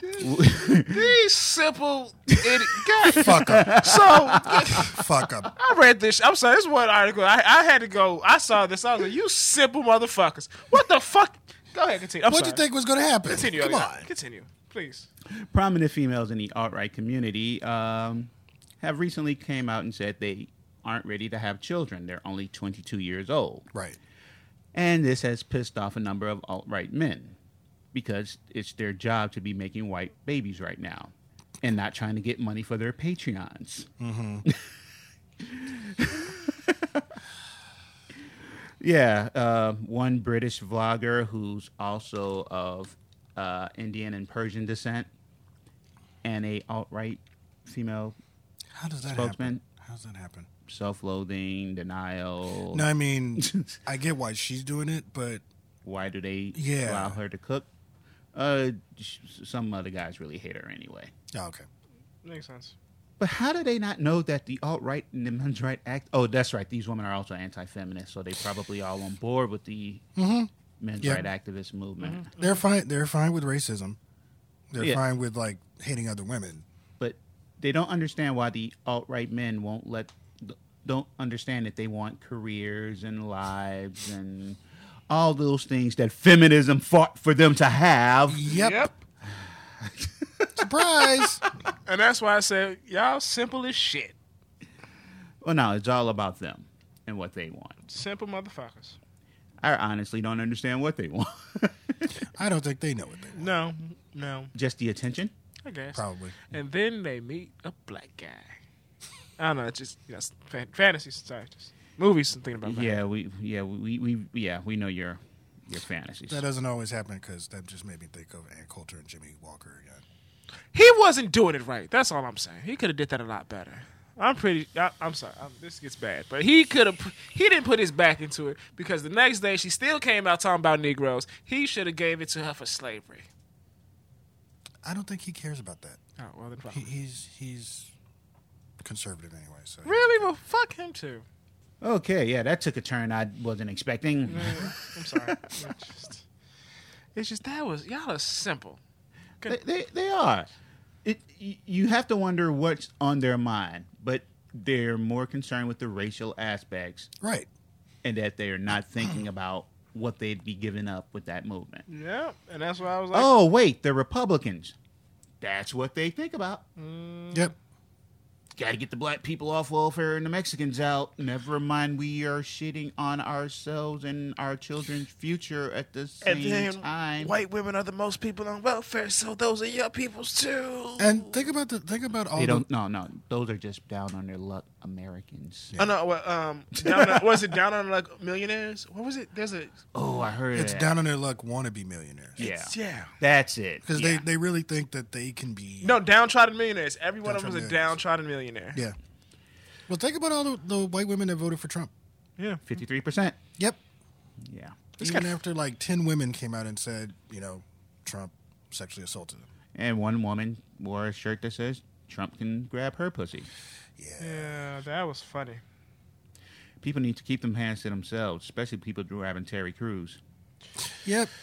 [SPEAKER 4] These simple idiot guys.
[SPEAKER 3] Fuck up.
[SPEAKER 4] So I
[SPEAKER 3] Fuck up.
[SPEAKER 4] read this. I'm sorry, this one article. I, I had to go. I saw this. I was like, "You simple motherfuckers! What the fuck?" Go ahead, continue. I'm
[SPEAKER 3] What'd you
[SPEAKER 4] sorry.
[SPEAKER 3] think was going to happen?
[SPEAKER 4] Continue.
[SPEAKER 3] Come
[SPEAKER 4] Elliot.
[SPEAKER 3] on.
[SPEAKER 4] Continue, please.
[SPEAKER 2] Prominent females in the alt right community um, have recently came out and said they aren't ready to have children. They're only 22 years old.
[SPEAKER 3] Right.
[SPEAKER 2] And this has pissed off a number of alt right men because it's their job to be making white babies right now and not trying to get money for their Patreons. yeah, uh, one British vlogger who's also of uh, Indian and Persian descent and a alt right female
[SPEAKER 3] How does that happen?
[SPEAKER 2] Spokesman.
[SPEAKER 3] How does that happen?
[SPEAKER 2] self loathing, denial.
[SPEAKER 3] No, I mean, I get why she's doing it, but
[SPEAKER 2] why do they
[SPEAKER 3] Yeah.
[SPEAKER 2] allow her to cook? Uh, sh- some other guys really hate her anyway.
[SPEAKER 3] oh, okay.
[SPEAKER 4] Makes sense.
[SPEAKER 2] But how do they not know that the alt right and the men's right act? Oh, that's right. These women are also anti-feminist, so they probably all on board with the men's
[SPEAKER 3] Mm-hmm. Yeah.
[SPEAKER 2] right activist movement.
[SPEAKER 3] They're fine. They're fine with racism. They're
[SPEAKER 2] Yeah.
[SPEAKER 3] fine with like hating other women.
[SPEAKER 2] But they don't understand why the alt right men won't let don't understand that they want careers and lives and all those things that feminism fought for them to have.
[SPEAKER 3] Yep. Surprise.
[SPEAKER 4] And that's why I said, "Y'all simple as shit.
[SPEAKER 2] Well, no, it's all about them and what they want.
[SPEAKER 4] Simple motherfuckers."
[SPEAKER 2] I honestly don't understand what they want.
[SPEAKER 3] I don't think they know what they want.
[SPEAKER 4] No, no,
[SPEAKER 2] Just the attention.
[SPEAKER 4] I guess.
[SPEAKER 3] Probably.
[SPEAKER 4] And then they meet a black guy. I don't know. It's just you know, it's fan- fantasy sorry, just movies. I'm thinking about. that.
[SPEAKER 2] Yeah, we yeah we, we yeah we know your your fantasies.
[SPEAKER 3] That uh, doesn't always happen because that just made me think of Ann Coulter and Jimmy Walker again.
[SPEAKER 4] He wasn't doing it right. That's all I'm saying. He could have did that a lot better. I'm pretty. I, I'm sorry. i this gets bad, but he could have. He didn't put his back into it because the next day she still came out talking about Negroes. He should have gave it to her for slavery.
[SPEAKER 3] I don't think he cares about that.
[SPEAKER 4] Oh well, then fuck.
[SPEAKER 3] He, he's he's conservative anyway. So
[SPEAKER 4] Really? Well, fuck him too.
[SPEAKER 2] Okay, yeah, that took a turn I wasn't expecting.
[SPEAKER 4] I'm sorry. it's, just, it's just that was y'all are simple.
[SPEAKER 2] They, they they are. It y- you have to wonder what's on their mind, but they're more concerned with the racial aspects
[SPEAKER 3] Right.
[SPEAKER 2] and that they are not thinking about what they'd be giving up with that movement.
[SPEAKER 4] Yeah, and that's why I was like,
[SPEAKER 2] Oh wait, they're Republicans. That's what they think about.
[SPEAKER 3] Yep.
[SPEAKER 2] Got to get the black people off welfare and the Mexicans out. Never mind, we are shitting on ourselves and our children's future at the same
[SPEAKER 4] And then
[SPEAKER 2] time.
[SPEAKER 4] white women are the most people on welfare, so those are your peoples too.
[SPEAKER 3] And think about the think about all
[SPEAKER 2] They
[SPEAKER 3] the,
[SPEAKER 2] don't. No, no. Those are just down on their luck, Americans.
[SPEAKER 4] Oh no! Well, um, down on, was it down on like millionaires? What was it? There's a
[SPEAKER 2] Oh, I heard
[SPEAKER 3] it's
[SPEAKER 2] of that.
[SPEAKER 3] down on their luck wannabe millionaires.
[SPEAKER 2] Yeah,
[SPEAKER 4] yeah.
[SPEAKER 2] that's it.
[SPEAKER 3] Because
[SPEAKER 2] Yeah.
[SPEAKER 3] they, they really think that they can be
[SPEAKER 4] No, downtrodden millionaires. Every one of them is a
[SPEAKER 3] Downtrodden
[SPEAKER 4] downtrodden millionaire.
[SPEAKER 3] Yeah. Well, think about all the, the white women that voted for Trump.
[SPEAKER 4] yeah.
[SPEAKER 2] 53%.
[SPEAKER 3] Yep.
[SPEAKER 2] Yeah.
[SPEAKER 3] Even after like ten women came out and said, you know, Trump sexually assaulted them.
[SPEAKER 2] And one woman wore a shirt that says Trump can grab her pussy.
[SPEAKER 3] Yeah.
[SPEAKER 4] Yeah, that was funny.
[SPEAKER 2] People need to keep them hands to themselves, especially people grabbing Terry Crews.
[SPEAKER 3] Yep.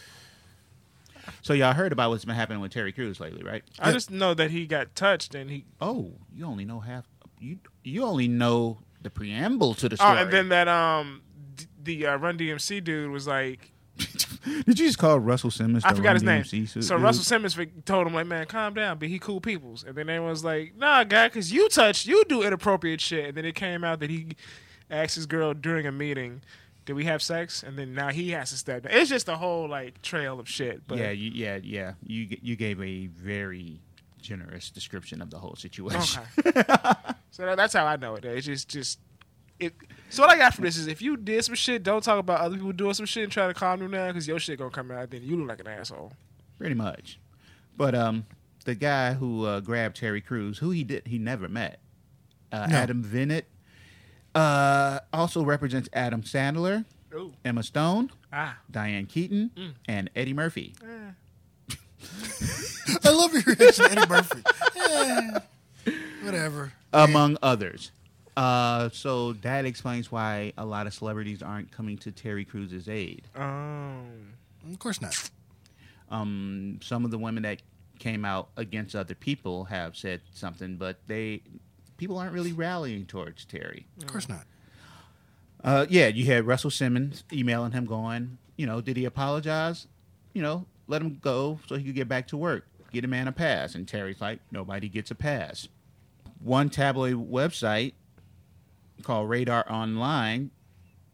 [SPEAKER 2] So y'all heard about what's been happening with Terry Crews lately, right?
[SPEAKER 4] I just know that he got touched and he.
[SPEAKER 2] Oh, you only know half. You you only know the preamble to the
[SPEAKER 4] Oh,
[SPEAKER 2] story.
[SPEAKER 4] and then that um, d- the uh, Run DMC dude was like,
[SPEAKER 2] Did you just call Russell Simmons?
[SPEAKER 4] I
[SPEAKER 2] the
[SPEAKER 4] forgot his
[SPEAKER 2] Run
[SPEAKER 4] name.
[SPEAKER 2] DMC suit?
[SPEAKER 4] So Russell Simmons fig- told him like, man, calm down, but he cool peoples. And then everyone's like, nah, guy, cause you touched, you do inappropriate shit. And then it came out that he asked his girl during a meeting, did we have sex? And then now he has to step down. It's just a whole like trail of shit. But
[SPEAKER 2] Yeah, you, yeah, yeah. You g- you gave a very generous description of the whole situation.
[SPEAKER 4] Okay. so that, that's how I know it. It's just, just it. So what I got from this is, if you did some shit, don't talk about other people doing some shit and try to calm them down, because your shit gonna come out. Then you look like an asshole.
[SPEAKER 2] Pretty much. But um, the guy who uh, grabbed Terry Crews, who he did he never met, uh, Adam Vinet, uh, also represents Adam Sandler,
[SPEAKER 4] Ooh.
[SPEAKER 2] Emma Stone,
[SPEAKER 4] Ah.
[SPEAKER 2] Diane Keaton,
[SPEAKER 4] Mm.
[SPEAKER 2] and Eddie Murphy.
[SPEAKER 3] I love your reaction, to Eddie Murphy. Yeah. Whatever.
[SPEAKER 2] among others. Uh, so that explains why a lot of celebrities aren't coming to Terry Crews' aid.
[SPEAKER 4] Um.
[SPEAKER 3] Of course not.
[SPEAKER 2] Um, some of the women that came out against other people have said something, but they people aren't really rallying towards Terry.
[SPEAKER 3] Of course not.
[SPEAKER 2] Uh, yeah, you had Russell Simmons emailing him, going, you know, did he apologize? You know, let him go so he could get back to work. Get a man a pass. And Terry's like, nobody gets a pass. One tabloid website called Radar Online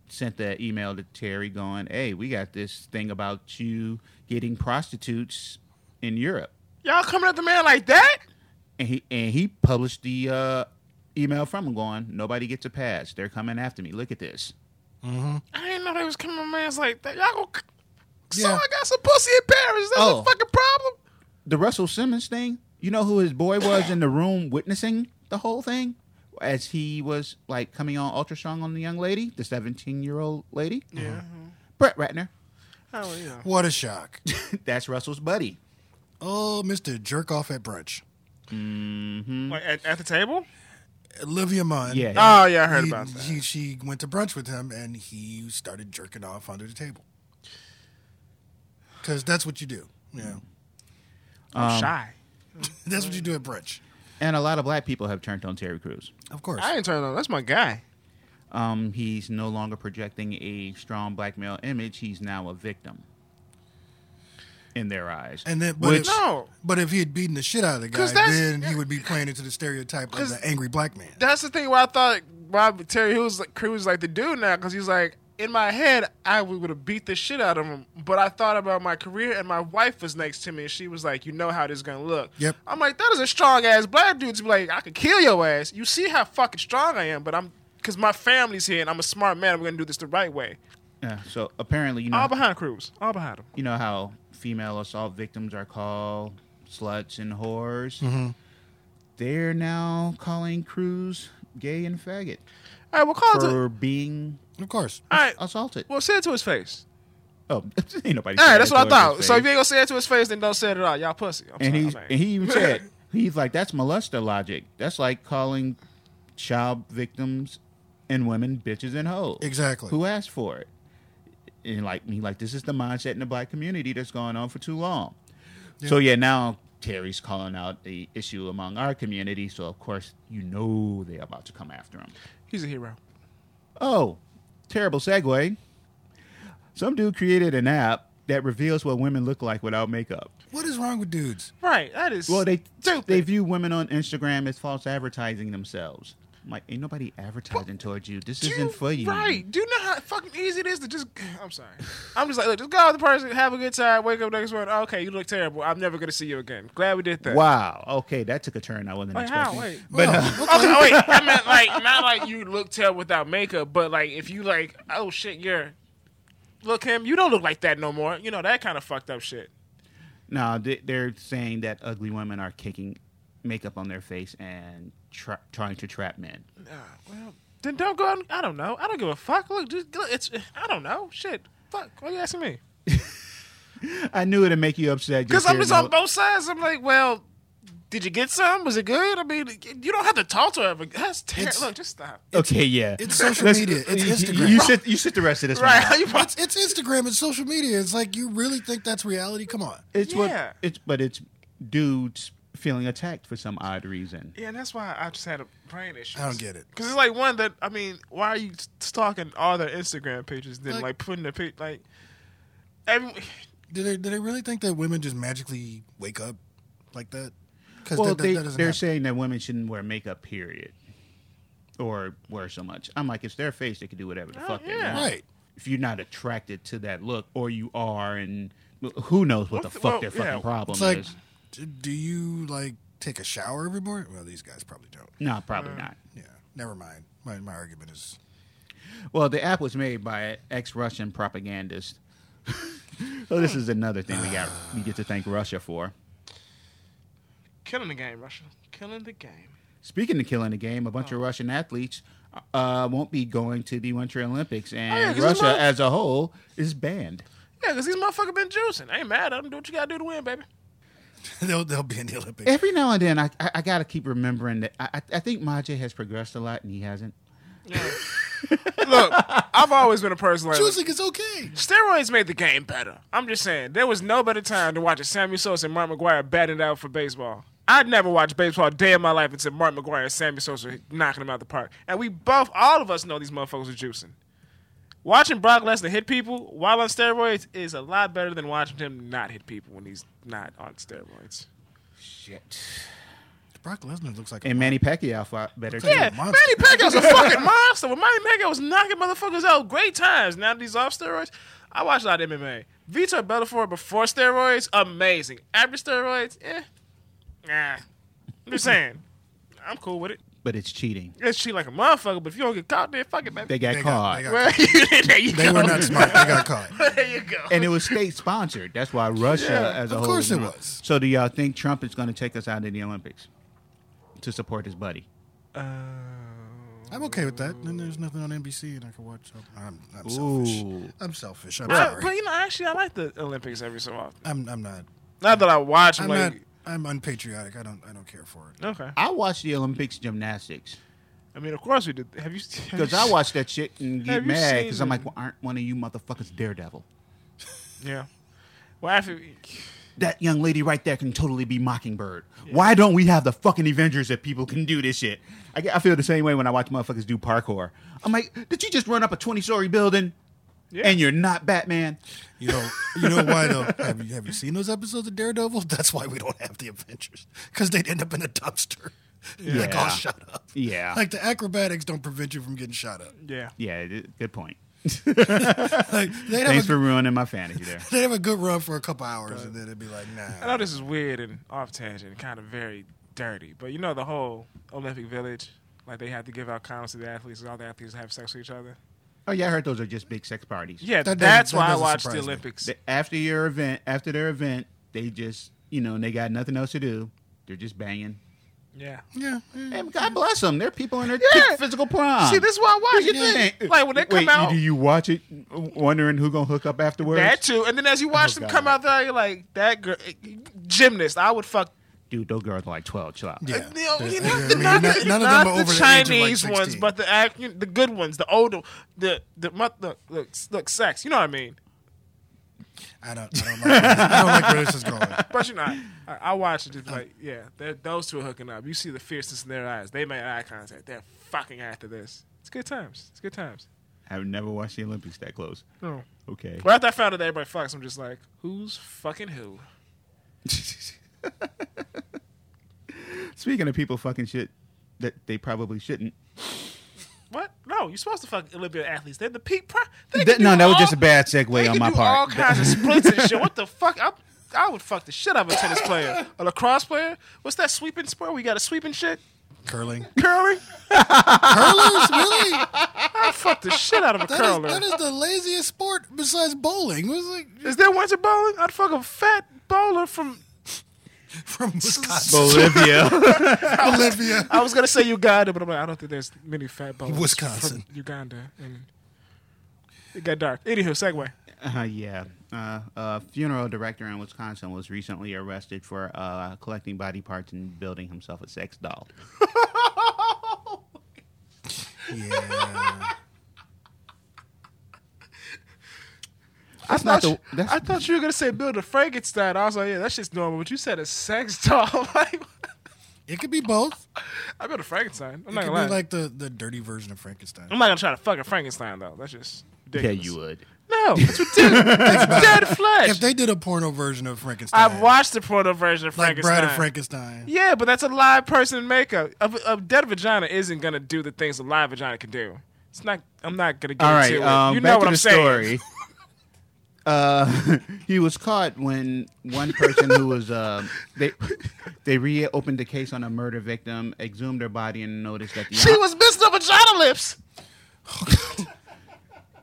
[SPEAKER 2] sent that email to Terry going, hey, we got this thing about you getting prostitutes in Europe.
[SPEAKER 4] Y'all coming at the man like that?
[SPEAKER 2] And he, and he published the uh, email from him going, nobody gets a pass. They're coming after me. Look at this.
[SPEAKER 4] I didn't know they was coming at man's like that. Y'all go. So
[SPEAKER 3] Yeah.
[SPEAKER 4] I got some pussy in Paris. That's
[SPEAKER 2] Oh.
[SPEAKER 4] a fucking problem.
[SPEAKER 2] the Russell Simmons thing, you know who his boy was in the room witnessing the whole thing? As he was like coming on ultra strong on the young lady, the 17 year old lady? Yeah. Brett Ratner.
[SPEAKER 4] Oh yeah.
[SPEAKER 3] What a shock.
[SPEAKER 2] That's Russell's buddy.
[SPEAKER 3] Oh, Mr. Jerk Off at Brunch.
[SPEAKER 4] Like at, at the table?
[SPEAKER 3] Olivia Munn.
[SPEAKER 2] Yeah.
[SPEAKER 4] Oh yeah, I heard
[SPEAKER 3] he-
[SPEAKER 4] about that.
[SPEAKER 3] he- she went to brunch with him and he started jerking off under the table. Because that's what you do. Yeah. Um,
[SPEAKER 4] I'm shy.
[SPEAKER 3] That's what you do at brunch.
[SPEAKER 2] And a lot of black people have turned on Terry Crews.
[SPEAKER 3] Of course.
[SPEAKER 4] I didn't turn on. That's my guy.
[SPEAKER 2] Um, he's no longer projecting a strong black male image. He's now a victim in their eyes.
[SPEAKER 3] and then, but,
[SPEAKER 2] Which-
[SPEAKER 3] if,
[SPEAKER 4] No.
[SPEAKER 3] but if he had beaten the shit out of the guy,
[SPEAKER 4] 'Cause that's-
[SPEAKER 3] then he would be playing into the stereotype of
[SPEAKER 4] 'Cause-
[SPEAKER 3] the angry black man.
[SPEAKER 4] that's the thing where I thought Rob Terry Hughes like Crew was like the dude now because he's like in my head I would have beat the shit out of him, but I thought about my career and my wife was next to me and she was like, you know how this gonna look.
[SPEAKER 3] Yep.
[SPEAKER 4] I'm like that is a strong ass black dude to be like I could kill your ass. You see how fucking strong I am, but I'm because my family's here and I'm a smart man. I'm gonna do this the right way.
[SPEAKER 2] Yeah, so apparently, you know,
[SPEAKER 4] All behind Cruz, all behind him.
[SPEAKER 2] you know how female assault victims are called sluts and whores.
[SPEAKER 4] Mm-hmm.
[SPEAKER 2] They're now calling Cruz gay and faggot
[SPEAKER 4] All right, well call it. To, all
[SPEAKER 2] for being
[SPEAKER 3] Of course.
[SPEAKER 4] right,
[SPEAKER 2] assaulted.
[SPEAKER 4] well say it to his face.
[SPEAKER 2] Oh, ain't nobody.
[SPEAKER 4] All
[SPEAKER 2] said
[SPEAKER 4] right, that's what I
[SPEAKER 2] that towards
[SPEAKER 4] thought.
[SPEAKER 2] his
[SPEAKER 4] So if
[SPEAKER 2] face.
[SPEAKER 4] you ain't gonna say it to his face, then don't say it at all. Y'all pussy. I'm
[SPEAKER 2] and
[SPEAKER 4] sorry,
[SPEAKER 2] he's
[SPEAKER 4] I'm like-
[SPEAKER 2] and he even said he's like that's molester logic. That's like calling child victims and women bitches and hoes.
[SPEAKER 3] Exactly.
[SPEAKER 2] Who asked for it? And like me, like this is the mindset in the black community that's going on for too long. So yeah, now Terry's calling out the issue among our community. So of course you know they're about to come after him.
[SPEAKER 4] he's a hero.
[SPEAKER 2] Oh, terrible segue. Some dude created an app that reveals what women look like without makeup.
[SPEAKER 3] What is wrong with dudes?
[SPEAKER 4] Right. That is.
[SPEAKER 2] Well, they
[SPEAKER 4] stupid.
[SPEAKER 2] they view women on Instagram as false advertising themselves. I'm like, ain't nobody advertising towards you. This
[SPEAKER 4] Do you-
[SPEAKER 2] isn't for you.
[SPEAKER 4] Right. Do you know how fucking easy it is to just. I'm sorry. I'm just like, look, just go out with the person, have a good time, wake up next morning. Okay, you look terrible. I'm never going to see you again. Glad we did that.
[SPEAKER 2] Wow. Okay, that took a turn I wasn't
[SPEAKER 4] Like, how?
[SPEAKER 2] expecting.
[SPEAKER 4] Wait.
[SPEAKER 2] But
[SPEAKER 3] Well,
[SPEAKER 2] uh,
[SPEAKER 3] look like-
[SPEAKER 4] Okay, oh, wait. I meant, like, not like you look terrible without makeup, but like, if you, like, oh shit, you're. Look him, you don't look like that no more. You know, that kind of fucked up shit.
[SPEAKER 2] no, they, they're saying that ugly women are kicking makeup on their face and tra- trying to trap men.
[SPEAKER 4] Nah, Ah, well, then don't go out. and- I don't know. I don't give a fuck. Look, just, look, it's. I don't know. Shit. Fuck. Why you asking me?
[SPEAKER 2] I knew it'd make you upset.
[SPEAKER 4] Because I'm
[SPEAKER 2] hearing
[SPEAKER 4] just on
[SPEAKER 2] all-
[SPEAKER 4] both sides. I'm like, well, did you get some? Was it good? I mean, you don't have to talk to her. But that's terrible.
[SPEAKER 3] It's-
[SPEAKER 4] Look, just stop.
[SPEAKER 2] Okay, yeah.
[SPEAKER 3] It's social media. It's
[SPEAKER 2] you- you-
[SPEAKER 3] Instagram.
[SPEAKER 2] You sit. You sit the rest of this. one
[SPEAKER 4] Right?
[SPEAKER 2] out.
[SPEAKER 4] How you
[SPEAKER 3] It's, it's Instagram. It's social media. It's like you really think that's reality? Come on.
[SPEAKER 2] It's
[SPEAKER 4] Yeah.
[SPEAKER 2] what it's but it's dudes feeling attacked for some odd reason.
[SPEAKER 4] Yeah, and that's why I just had a brain issue.
[SPEAKER 3] I don't get it.
[SPEAKER 4] Because it's like one that I mean, why are you stalking all their Instagram pages? Then like,
[SPEAKER 3] Like-
[SPEAKER 4] putting their pic like. Every,
[SPEAKER 3] Do they, do they really think that women just magically wake up like that? Because
[SPEAKER 2] Well, they,
[SPEAKER 3] doesn't
[SPEAKER 2] they're
[SPEAKER 3] happen.
[SPEAKER 2] saying that women shouldn't wear makeup, period, or wear so much. I'm like, it's their face; they can do whatever the
[SPEAKER 4] Oh,
[SPEAKER 2] fuck they
[SPEAKER 4] yeah.
[SPEAKER 2] want.
[SPEAKER 3] Right.
[SPEAKER 2] If you're not attracted to that look, or you are, and who knows what,
[SPEAKER 4] What
[SPEAKER 2] the,
[SPEAKER 4] the-
[SPEAKER 2] fuck
[SPEAKER 4] well,
[SPEAKER 2] their
[SPEAKER 4] yeah.
[SPEAKER 2] fucking problem
[SPEAKER 3] It's like,
[SPEAKER 2] is?
[SPEAKER 3] d- do you like take a shower every morning? Well, these guys probably don't.
[SPEAKER 2] No, probably not.
[SPEAKER 3] Yeah, never mind. My, my argument is
[SPEAKER 2] Well, the app was made by an ex-Russian propagandist. so this is another thing we got. We get to thank Russia for.
[SPEAKER 4] killing the game, Russia. Killing the game.
[SPEAKER 2] Speaking of killing the game, a bunch of Russian athletes uh, won't be going to the Winter Olympics,
[SPEAKER 4] yeah,
[SPEAKER 2] and
[SPEAKER 4] 'cause it's
[SPEAKER 2] Russia
[SPEAKER 4] not-
[SPEAKER 2] as a whole is banned.
[SPEAKER 4] Yeah, because these motherfuckers been juicing. I ain't mad at them. Do what you gotta do to win, baby.
[SPEAKER 3] they'll they'll be in the Olympics.
[SPEAKER 2] Every now and then, I, I, I got to keep remembering that I, I, I think Maje has progressed a lot, and he hasn't.
[SPEAKER 4] Yeah. Look, I've always been a person like
[SPEAKER 3] Choosing is okay.
[SPEAKER 4] steroids made the game better. I'm just saying there was no better time to watch a Sammy Sosa and Mark McGuire batting it out for baseball. I'd never watched baseball a day in my life until Mark McGuire and Sammy Sosa knocking him out the park. And we both, all of us, know these motherfuckers are juicing. Watching Brock Lesnar hit people while on steroids is a lot better than watching him not hit people when he's not on steroids.
[SPEAKER 2] Shit.
[SPEAKER 3] Brock Lesnar looks like a
[SPEAKER 2] And Manny Pacquiao fought better. too.
[SPEAKER 4] Yeah,
[SPEAKER 3] monster.
[SPEAKER 4] Manny Pacquiao's a fucking monster. When Manny Pacquiao was knocking motherfuckers out, great times. Now that he's off steroids, I watch a lot of MMA. Vitor Bellafor before steroids, amazing. After steroids, eh, nah. I'm just saying, I'm cool with it.
[SPEAKER 2] But it's cheating.
[SPEAKER 4] It's cheat like a motherfucker, but if you don't get caught, then fuck it, baby.
[SPEAKER 2] They got
[SPEAKER 3] They got-
[SPEAKER 2] caught.
[SPEAKER 3] they got-
[SPEAKER 4] well, there you
[SPEAKER 3] They
[SPEAKER 4] go.
[SPEAKER 3] were not Eh. smart. They got caught.
[SPEAKER 4] there you go.
[SPEAKER 2] and it was state sponsored. That's why Russia as a
[SPEAKER 3] of
[SPEAKER 2] whole.
[SPEAKER 3] course
[SPEAKER 2] is
[SPEAKER 3] it
[SPEAKER 2] not.
[SPEAKER 3] was.
[SPEAKER 2] So do y'all think Trump is going to take us out of the Olympics to support his buddy?
[SPEAKER 4] Uh,
[SPEAKER 3] I'm okay with that. Then there's nothing on NBC and I can watch. something. I'm, I'm
[SPEAKER 2] Ooh.
[SPEAKER 3] selfish. I'm selfish. I'm
[SPEAKER 4] I- but
[SPEAKER 3] sorry.
[SPEAKER 4] you know, actually, I like the Olympics every so often.
[SPEAKER 3] I'm, I'm not.
[SPEAKER 4] Not that I watch, I'm,
[SPEAKER 3] I'm
[SPEAKER 4] like,
[SPEAKER 3] not. I'm unpatriotic. I don't. I don't care for it.
[SPEAKER 4] okay.
[SPEAKER 2] I watched the Olympics gymnastics.
[SPEAKER 4] I mean, of course we did. Have you? have
[SPEAKER 2] Because
[SPEAKER 4] you-
[SPEAKER 2] I watch that shit and get
[SPEAKER 4] Have you
[SPEAKER 2] mad
[SPEAKER 4] seen
[SPEAKER 2] because I'm like,
[SPEAKER 4] the-
[SPEAKER 2] well, aren't one of you motherfuckers daredevil?
[SPEAKER 4] Yeah. Well, after.
[SPEAKER 2] That young lady right there can totally be Mockingbird. Why don't we have the fucking Avengers if people can do this shit? I, get- I feel the same way when I watch motherfuckers do parkour. I'm like, did you just run up a 20 story building
[SPEAKER 4] Yeah.
[SPEAKER 2] and you're not Batman?
[SPEAKER 3] You know. You know why though? Have you Have you seen those episodes of Daredevil? That's why we don't have the Avengers because they'd end up in a dumpster. Like all
[SPEAKER 2] Yeah.
[SPEAKER 3] shut up.
[SPEAKER 2] Yeah.
[SPEAKER 3] Like the acrobatics don't prevent you from getting shot up.
[SPEAKER 4] Yeah.
[SPEAKER 2] yeah, th- good point.
[SPEAKER 3] Like they'd
[SPEAKER 2] Thanks
[SPEAKER 3] have,
[SPEAKER 2] for
[SPEAKER 3] a,
[SPEAKER 2] ruining my fantasy there.
[SPEAKER 3] they'd have a good run for a couple hours and then it'd be like,
[SPEAKER 4] I know
[SPEAKER 3] nah.
[SPEAKER 4] this is weird and off tangent, and kind of very dirty, but you know the whole Olympic Village, like they have to give out condoms to the athletes, and all the athletes have sex with each other.
[SPEAKER 2] Oh, yeah, I heard those are just big sex parties.
[SPEAKER 4] Yeah,
[SPEAKER 3] That doesn't-
[SPEAKER 4] that's
[SPEAKER 3] that
[SPEAKER 4] why I
[SPEAKER 3] doesn't
[SPEAKER 4] watch the
[SPEAKER 3] surprise me.
[SPEAKER 4] Olympics.
[SPEAKER 2] They- After your event, after their event, they just, you know, and they got nothing else to do. They're just banging.
[SPEAKER 4] Yeah.
[SPEAKER 3] Yeah. yeah.
[SPEAKER 2] And God bless them. They're people in their
[SPEAKER 4] Yeah.
[SPEAKER 2] physical prime.
[SPEAKER 4] See, this is why I watch
[SPEAKER 2] Here's
[SPEAKER 4] it.
[SPEAKER 2] the thing.
[SPEAKER 4] Like when they come
[SPEAKER 2] Wait,
[SPEAKER 4] out,
[SPEAKER 2] Do you watch it wondering who gonna hook up afterwards?
[SPEAKER 4] that too, and then as you watch
[SPEAKER 2] Oh, God.
[SPEAKER 4] them come out there, you're like, that girl, gymnast, I would fuck.
[SPEAKER 2] Dude, those girls are like twelve. Chill out.
[SPEAKER 3] Yeah.
[SPEAKER 4] You know,
[SPEAKER 3] They're-
[SPEAKER 4] you
[SPEAKER 3] they're-
[SPEAKER 4] know,
[SPEAKER 3] I
[SPEAKER 4] the-
[SPEAKER 3] mean,
[SPEAKER 4] not,
[SPEAKER 3] none-
[SPEAKER 4] the-
[SPEAKER 3] none of
[SPEAKER 4] not
[SPEAKER 3] them are
[SPEAKER 4] the
[SPEAKER 3] over the age of, like,
[SPEAKER 4] Chinese ones,
[SPEAKER 3] 16.
[SPEAKER 4] but the act- the good ones, the older, the the mo- look, look, look, sex. You know what I mean?
[SPEAKER 3] I don't, I don't like where this, I don't like where this is going.
[SPEAKER 4] But you know, I, I watch it just like, yeah, they're- those two are hooking up. You see the fierceness in their eyes. They made eye contact. They're fucking after this. It's good times. It's good times.
[SPEAKER 2] I've never watched the Olympics that close.
[SPEAKER 4] No.
[SPEAKER 2] Okay.
[SPEAKER 4] Well, after I found out that everybody fucks, I'm just like, who's fucking who?
[SPEAKER 2] Speaking of people fucking shit that they probably shouldn't.
[SPEAKER 4] What? No, you're supposed to fuck Olympic athletes. They're the peak. Pro- they
[SPEAKER 2] That-
[SPEAKER 4] can
[SPEAKER 2] no,
[SPEAKER 4] do
[SPEAKER 2] that was
[SPEAKER 4] all-
[SPEAKER 2] just a bad
[SPEAKER 4] they
[SPEAKER 2] segue on
[SPEAKER 4] can
[SPEAKER 2] my
[SPEAKER 4] do
[SPEAKER 2] part.
[SPEAKER 4] All kinds of splits and shit. What the fuck? I, I would fuck the shit out of a tennis player, a lacrosse player. What's that sweeping sport? We got a sweeping shit,
[SPEAKER 3] Curling.
[SPEAKER 4] curling.
[SPEAKER 3] Curlers? Really?
[SPEAKER 4] I fuck the shit out of a
[SPEAKER 3] That is,
[SPEAKER 4] curler.
[SPEAKER 3] that is the laziest sport besides bowling. It was like
[SPEAKER 4] Is there winter bowling? I'd fuck a fat bowler from.
[SPEAKER 3] from Wisconsin,
[SPEAKER 2] Bolivia.
[SPEAKER 3] Bolivia.
[SPEAKER 4] I was gonna say Uganda, but I'm like, I don't think there's many fat bowlers
[SPEAKER 3] Wisconsin.
[SPEAKER 4] from Uganda. And it got dark. Anywho, segue.
[SPEAKER 2] uh, yeah. Uh, a funeral director in Wisconsin was recently arrested for uh, collecting body parts and building himself a sex doll.
[SPEAKER 3] Yeah.
[SPEAKER 2] That's
[SPEAKER 4] I
[SPEAKER 2] not
[SPEAKER 4] thought,
[SPEAKER 2] the.
[SPEAKER 4] you,
[SPEAKER 2] That's,
[SPEAKER 4] I thought you were gonna say build a Frankenstein. I was like, yeah, that's just normal. But you said a sex doll. like,
[SPEAKER 3] It could be both.
[SPEAKER 4] I built a Frankenstein.
[SPEAKER 3] It
[SPEAKER 4] I'm not
[SPEAKER 3] could
[SPEAKER 4] gonna lie.
[SPEAKER 3] be like the, the dirty version of Frankenstein.
[SPEAKER 4] I'm not gonna try to fuck a Frankenstein though. That's just
[SPEAKER 2] yeah,
[SPEAKER 4] ridiculous.
[SPEAKER 2] you would.
[SPEAKER 4] No, it's ridiculous. it's dead flesh.
[SPEAKER 3] If they did a porno version of Frankenstein,
[SPEAKER 4] I've watched the porno version of
[SPEAKER 3] like
[SPEAKER 4] Frankenstein.
[SPEAKER 3] Bride of Frankenstein.
[SPEAKER 4] Yeah, but that's a live person in makeup. A, a dead vagina isn't gonna do the things a live vagina can do. It's not. I'm not gonna get
[SPEAKER 2] All
[SPEAKER 4] into
[SPEAKER 2] right,
[SPEAKER 4] it.
[SPEAKER 2] um,
[SPEAKER 4] you
[SPEAKER 2] back
[SPEAKER 4] know what
[SPEAKER 2] to
[SPEAKER 4] I'm
[SPEAKER 2] the
[SPEAKER 4] saying.
[SPEAKER 2] story. uh, he was caught when one person who was uh, they they reopened the case on a murder victim, exhumed her body, and noticed that the
[SPEAKER 4] She was missing her vagina lips.